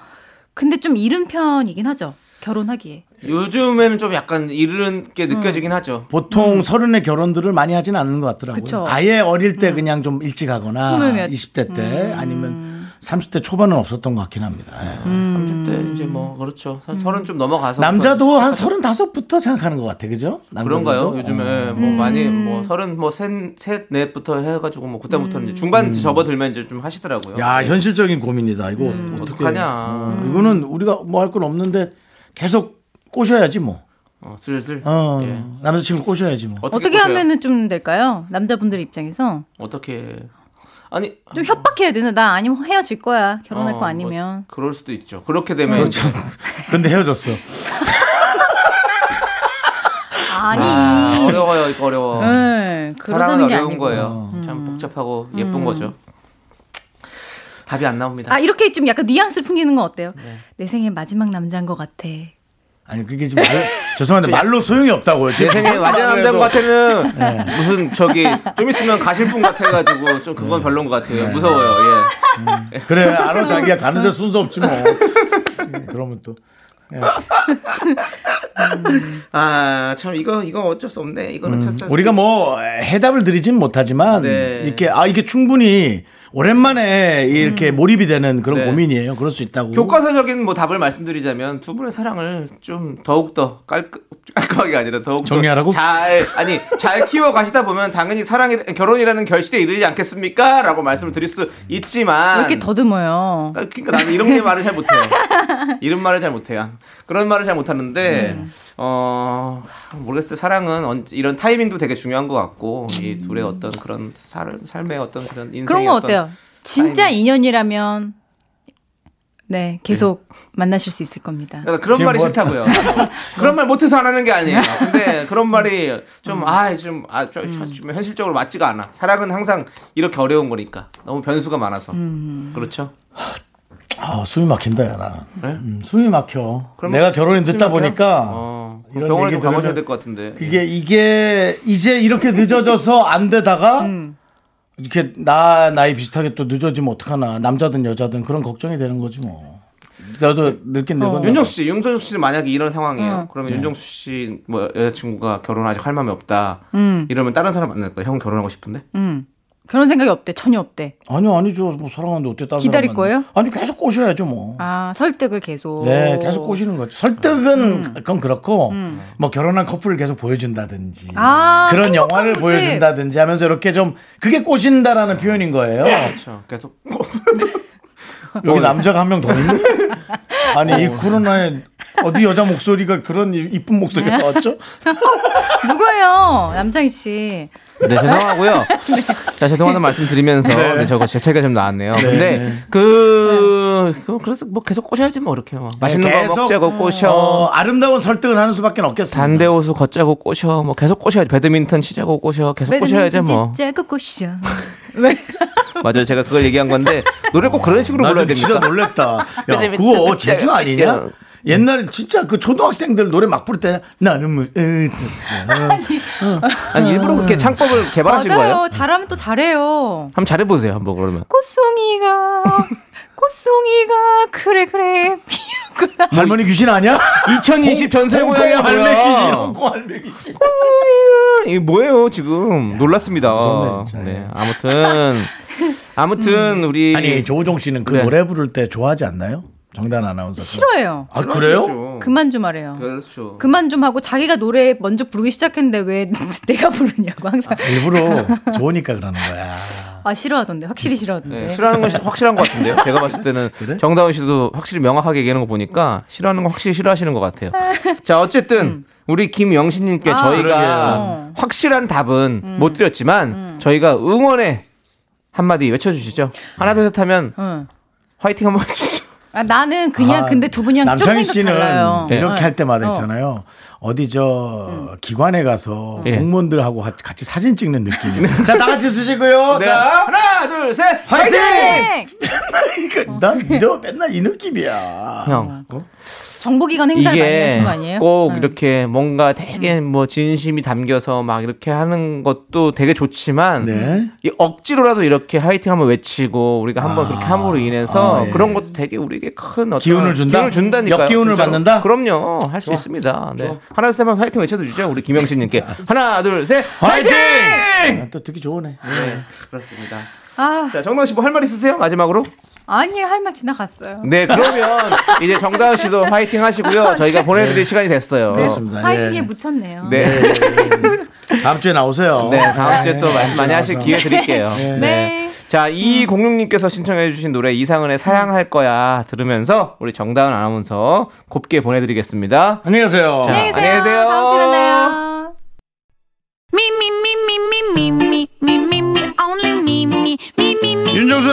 Speaker 7: 근데 좀 이른 편이긴 하죠. 결혼하기에.
Speaker 2: 요즘에는 좀 약간 이른 게 느껴지긴 하죠.
Speaker 1: 보통 서른의 결혼들을 많이 하진 않는 것 같더라고요.
Speaker 7: 음. 그쵸. 음.
Speaker 1: 아예 어릴 때 그냥 좀 일찍 하거나
Speaker 7: 스물 몇.
Speaker 1: 20대
Speaker 7: 음.
Speaker 1: 때 아니면 30대 초반은 없었던 것 같긴 합니다. 예.
Speaker 7: 음.
Speaker 2: 30대 이제 뭐 그렇죠. 서- 서른 좀 넘어가서
Speaker 1: 남자도 한 35부터 생각하는 것 같아. 그죠? 남자들도?
Speaker 2: 그런가요? 요즘에
Speaker 1: 어.
Speaker 2: 뭐 많이
Speaker 7: 음.
Speaker 2: 뭐 서른 뭐셋셋 넷부터 해가지고 뭐 그때부터는
Speaker 7: 음.
Speaker 2: 이제 중반 접어들면 이제 좀 하시더라고요.
Speaker 1: 음. 야, 현실적인 고민이다. 이거
Speaker 7: 음.
Speaker 1: 어떻게
Speaker 2: 어떡하냐.
Speaker 1: 어, 이거는 우리가 뭐 할 건 없는데 계속 꼬셔야지 뭐.
Speaker 2: 어, 슬슬.
Speaker 1: 어,
Speaker 2: 예.
Speaker 1: 남자친구 꼬셔야지 뭐.
Speaker 7: 어떻게,
Speaker 2: 꼬셔요?
Speaker 7: 하면은 좀 될까요? 남자분들 입장에서
Speaker 2: 어떻게 아니
Speaker 7: 좀 협박해야 되나? 나 아니면 헤어질 거야. 결혼할
Speaker 2: 어,
Speaker 7: 거
Speaker 2: 뭐
Speaker 7: 아니면.
Speaker 2: 그럴 수도 있죠. 그렇게 되면
Speaker 1: 그렇죠. 근데 헤어졌어.
Speaker 7: 아니.
Speaker 2: 아, 어려워요. 이거 어려워.
Speaker 7: 네,
Speaker 2: 사랑은
Speaker 7: 그러자는 게
Speaker 2: 어려운
Speaker 7: 아니고. 음.
Speaker 2: 거예요. 참 복잡하고 예쁜 거죠. 답이 안 나옵니다.
Speaker 7: 아 이렇게 좀 약간 뉘앙스를 풍기는 건 어때요?
Speaker 2: 네.
Speaker 7: 내 생애 마지막 남자인 것 같아.
Speaker 1: 아니, 그게 지금 말, 죄송한데 말로 소용이 없다고요.
Speaker 2: 제
Speaker 1: 지금
Speaker 2: 생에
Speaker 1: 아무리
Speaker 2: 완전 남자
Speaker 1: 해도.
Speaker 2: 같아는 무슨 저기 좀 있으면 가실 분 같아가지고 좀 그건 별론 것 같아요. 무서워요. 예.
Speaker 1: 그래 알아 음, 자기야 가는데 순서 없지 뭐 예, 그러면 또 예.
Speaker 2: 아, 참 이거 이거 어쩔 수 없네. 이거는
Speaker 1: 음,
Speaker 2: 첫
Speaker 1: 우리가 뭐 해답을 드리진 못하지만
Speaker 2: 네.
Speaker 1: 이렇게 아 이게 충분히 오랜만에 이렇게 몰입이 되는 그런
Speaker 2: 네.
Speaker 1: 고민이에요. 그럴 수 있다고.
Speaker 2: 교과서적인 뭐 답을 말씀드리자면 두 분의 사랑을 좀 더욱 더 깔끔 깔끔하게 아니라 더욱
Speaker 1: 정리하라고?
Speaker 2: 잘 아니 잘 키워 가시다 보면 당연히 사랑이 결혼이라는 결실에 이르지 않겠습니까라고 말씀을 드릴 수
Speaker 7: 왜
Speaker 2: 있지만
Speaker 7: 이렇게
Speaker 2: 아,
Speaker 7: 더듬어요?
Speaker 2: 그러니까 나는 이런 게 말을 잘 못해. 이런 말을 잘 못해요. 그런 말을 잘 못하는데
Speaker 7: 음.
Speaker 2: 어 모르겠어요. 사랑은 언제, 이런 타이밍도 되게 중요한 것 같고 이 둘의 어떤 그런 살, 삶의 어떤 그런 인생의
Speaker 7: 음. 그런 건 어때요?
Speaker 2: 어떤
Speaker 7: 진짜 인연이라면 네 계속 만나실 수 있을 겁니다.
Speaker 2: 그러니까 그런
Speaker 1: 지금
Speaker 2: 말이
Speaker 1: 뭐- 네.
Speaker 2: 싫다고요. 그런 말 못해서 안 하는 게 아니에요. 근데 그런 말이
Speaker 1: 음.
Speaker 2: 좀, 아, 좀, 아, 좀, 좀 현실적으로 맞지가 않아. 사랑은 항상 이렇게 어려운 거니까. 너무 변수가 많아서.
Speaker 1: 음.
Speaker 2: 그렇죠?
Speaker 1: 아, 숨이 막힌다, 야, 나.
Speaker 2: 그래?
Speaker 1: 음, 숨이 막혀.
Speaker 2: 그럼
Speaker 1: 내가 결혼이 늦다
Speaker 2: 심각해요?
Speaker 1: 보니까
Speaker 2: 어, 그럼
Speaker 1: 이런
Speaker 2: 병원에
Speaker 1: 얘기
Speaker 2: 좀
Speaker 1: 들으면
Speaker 2: 가보셔야 될 것 같은데. 예.
Speaker 1: 그게 이게 이제 이렇게 늦어져서 안 되다가
Speaker 2: 음.
Speaker 1: 이렇게 나 나이 비슷하게 또 늦어지면 어떡하나 남자든 여자든 그런 걱정이 되는 거지 뭐. 나도 늙긴 늙었네.
Speaker 2: 윤정수 씨, 윤정수 씨는 만약에 이런 상황이에요.
Speaker 1: 음.
Speaker 7: 어.
Speaker 1: 네.
Speaker 2: 그러면 윤정수 씨 뭐 여자친구가 결혼 아직 할 마음이 없다.
Speaker 7: 음.
Speaker 2: 이러면 다른 사람 만날 거야. 형 결혼하고 싶은데?
Speaker 7: 음 그런 생각이 없대 전혀 없대.
Speaker 1: 아니요 아니죠 뭐 사랑하는데 어때 다른
Speaker 7: 기다릴
Speaker 1: 사람한테.
Speaker 7: 거예요?
Speaker 1: 아니 계속 꼬셔야죠 뭐.
Speaker 7: 아 설득을 계속.
Speaker 1: 네, 계속 꼬시는 거죠. 설득은
Speaker 7: 음.
Speaker 1: 그건 그렇고 뭐 결혼한 커플을 계속 보여준다든지
Speaker 7: 아,
Speaker 2: 음.
Speaker 1: 그런
Speaker 7: 행복한
Speaker 1: 영화를
Speaker 7: 모습.
Speaker 1: 보여준다든지 하면서 이렇게 좀 그게 꼬신다라는 표현인 거예요.
Speaker 2: 그렇죠. 계속 어.
Speaker 1: 여기 남자가 한 명 더 있네. 아니 이 코로나에 어디 여자 목소리가 그런 이- 이쁜 목소리가 나왔죠?
Speaker 7: 누구예요? 남창희 씨.
Speaker 2: 네, 죄송하고요. 자, 죄송하다는 말씀 드리면서 네, 저거 제 차이가 좀 나왔네요. 근데 그, 그 그래서 뭐 계속 꼬셔야지 뭐 이렇게 뭐. 음. 맛있는
Speaker 1: 네, 계속,
Speaker 2: 거 먹자고 꼬셔.
Speaker 1: 어, 아름다운 설득을 하는 수밖에 없겠습니다.
Speaker 2: 단대 호수 걷자고 꼬셔. 뭐 계속 꼬셔야지. 배드민턴 치자고 꼬셔. 계속 꼬셔야지 뭐.
Speaker 7: 짜고 꼬시죠. 왜?
Speaker 2: 맞아요. 제가 그걸 얘기한 건데 노래 꼭 그런 식으로
Speaker 1: 나
Speaker 2: 불러야
Speaker 1: 지금 진짜
Speaker 2: 됩니까?
Speaker 1: 놀랬다. 야, 그거 제주 아니냐?
Speaker 2: 예.
Speaker 1: 옛날 진짜 그 초등학생들 노래 막 부를 때 나는 뭐
Speaker 2: 아니, 일부러 그렇게 창법을 개발하신 거예요?
Speaker 7: 맞아요. 잘하면 또 잘해요.
Speaker 2: 한번 잘해보세요. 한번 그러면.
Speaker 7: 꽃송이가 꽃송이가 그래 그래 피었구나.
Speaker 1: 할머니 귀신 아니야?
Speaker 2: 2020 전세 고양이
Speaker 1: 홍콩 할매 귀신,
Speaker 2: 뭐야?
Speaker 1: 홍콩 할매 귀신.
Speaker 2: 이 뭐예요 지금? 놀랐습니다.
Speaker 1: 무섭네, 진짜.
Speaker 2: 네, 아무튼 아무튼 우리
Speaker 1: 아니 조우종 씨는 그
Speaker 2: 네.
Speaker 1: 노래 부를 때 좋아하지 않나요? 정단 아나운서.
Speaker 7: 싫어해요.
Speaker 1: 아 그래요?
Speaker 2: 그렇죠.
Speaker 7: 그만 좀 하래요.
Speaker 2: 그렇죠.
Speaker 7: 그만 좀 하고 자기가 노래 먼저 부르기 시작했는데 왜 내가 부르냐고 항상
Speaker 1: 일부러 좋으니까 그러는 거야.
Speaker 7: 아 싫어하던데 확실히 싫어하던데.
Speaker 2: 네, 싫어하는 건 확실한 것 같은데요. 제가 봤을 때는 정다은 씨도 확실히 명확하게 얘기하는 거 보니까 싫어하는 건 확실히 싫어하시는 것 같아요. 자, 어쨌든 우리 김영신님께 저희가
Speaker 7: 음. 아, 그러게요. 음.
Speaker 2: 확실한 답은 못 드렸지만 저희가 응원의 한마디 외쳐주시죠.
Speaker 7: 음.
Speaker 2: 하나 둘 셋 하면
Speaker 7: 응.
Speaker 2: 화이팅 한번 해주시죠.
Speaker 7: 아, 나는 그냥
Speaker 1: 아,
Speaker 7: 근데 두 분이랑 좀
Speaker 1: 남창희
Speaker 7: 생각
Speaker 1: 씨는
Speaker 7: 달라요.
Speaker 1: 이렇게
Speaker 7: 네.
Speaker 1: 할 때마다
Speaker 7: 어.
Speaker 1: 있잖아요. 어디 저 기관에 가서
Speaker 2: 예. 네.
Speaker 1: 공무원들하고 같이- 같이 사진 찍는 느낌. 자, 다 같이 쓰시고요. 자,
Speaker 2: 하나 둘 셋.
Speaker 1: 화이팅!
Speaker 7: 네.
Speaker 1: 그러니까 난너 맨날 이 느낌이야.
Speaker 2: 형.
Speaker 1: 어?
Speaker 7: 정보기관 행사를 많이
Speaker 2: 이게
Speaker 7: 하신 거 아니에요? 음.
Speaker 2: 꼭
Speaker 7: 응.
Speaker 2: 이렇게 뭔가 되게 뭐 진심이 담겨서 막 이렇게 하는 것도 되게 좋지만
Speaker 1: 네.
Speaker 2: 이 억지로라도 이렇게 화이팅 한번 외치고 우리가 한번
Speaker 1: 아.
Speaker 2: 그렇게 함으로 인해서
Speaker 1: 아, 예.
Speaker 2: 그런 것도 되게 우리에게 큰 어떤
Speaker 1: 기운을 준다?
Speaker 2: 기운을 준다니까요.
Speaker 1: 역기운을
Speaker 2: 진짜로.
Speaker 1: 받는다?
Speaker 2: 그럼요. 할 수 있습니다. 네. 하나 둘셋 한번 화이팅 외쳐주죠. 우리 김영신님께 하나 둘 셋 화이팅!
Speaker 1: 아, 또 듣기 좋으네.
Speaker 2: 네, 그렇습니다.
Speaker 7: 아
Speaker 2: 자 정다은 씨뭐 할 말 있으세요? 마지막으로?
Speaker 7: 아니 할 말 지나갔어요.
Speaker 2: 네 그러면 이제 정다은 씨도 화이팅 하시고요. 저희가 보내드릴 시간이 됐어요.
Speaker 1: 네. 그렇습니다.
Speaker 7: 파이팅에
Speaker 1: 예.
Speaker 7: 묻혔네요.
Speaker 2: 네.
Speaker 1: 다음 주에 나오세요.
Speaker 2: 네, 다음 주에 또
Speaker 1: 네,
Speaker 2: 말씀 많이
Speaker 1: 다음
Speaker 2: 하실
Speaker 1: 주에
Speaker 2: 기회 드릴게요. 네. 음.
Speaker 7: 네.
Speaker 2: 자, 이공룡님께서 신청해주신 노래 이상은의 사랑할 거야 들으면서 우리 정다은 아나운서 곱게 보내드리겠습니다.
Speaker 1: 안녕히 가세요.
Speaker 2: 자,
Speaker 7: 안녕히 계세요.
Speaker 2: 안녕히 계세요.
Speaker 7: 다음 주에 만나요.
Speaker 1: 윤정수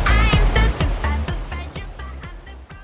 Speaker 5: so super duper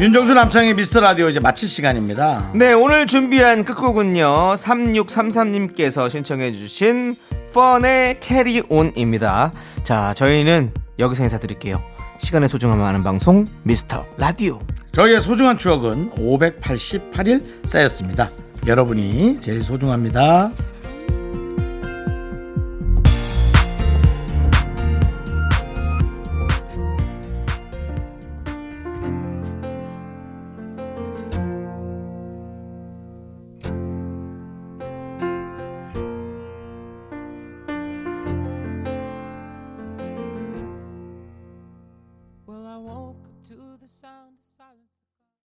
Speaker 1: 윤정수 남창의 미스터 라디오 이제 마칠 시간입니다.
Speaker 2: 네, 오늘 준비한 끝곡은요. 3633님께서 신청해 주신 펀의 캐리온입니다. 자, 저희는 여기서 인사드릴게요. 시간의 소중함을 아는 방송 미스터 라디오.
Speaker 1: 저희의 소중한 추억은 588일 쌓였습니다. 여러분이 제일 소중합니다.
Speaker 10: Well, I woke up to the sound of silence.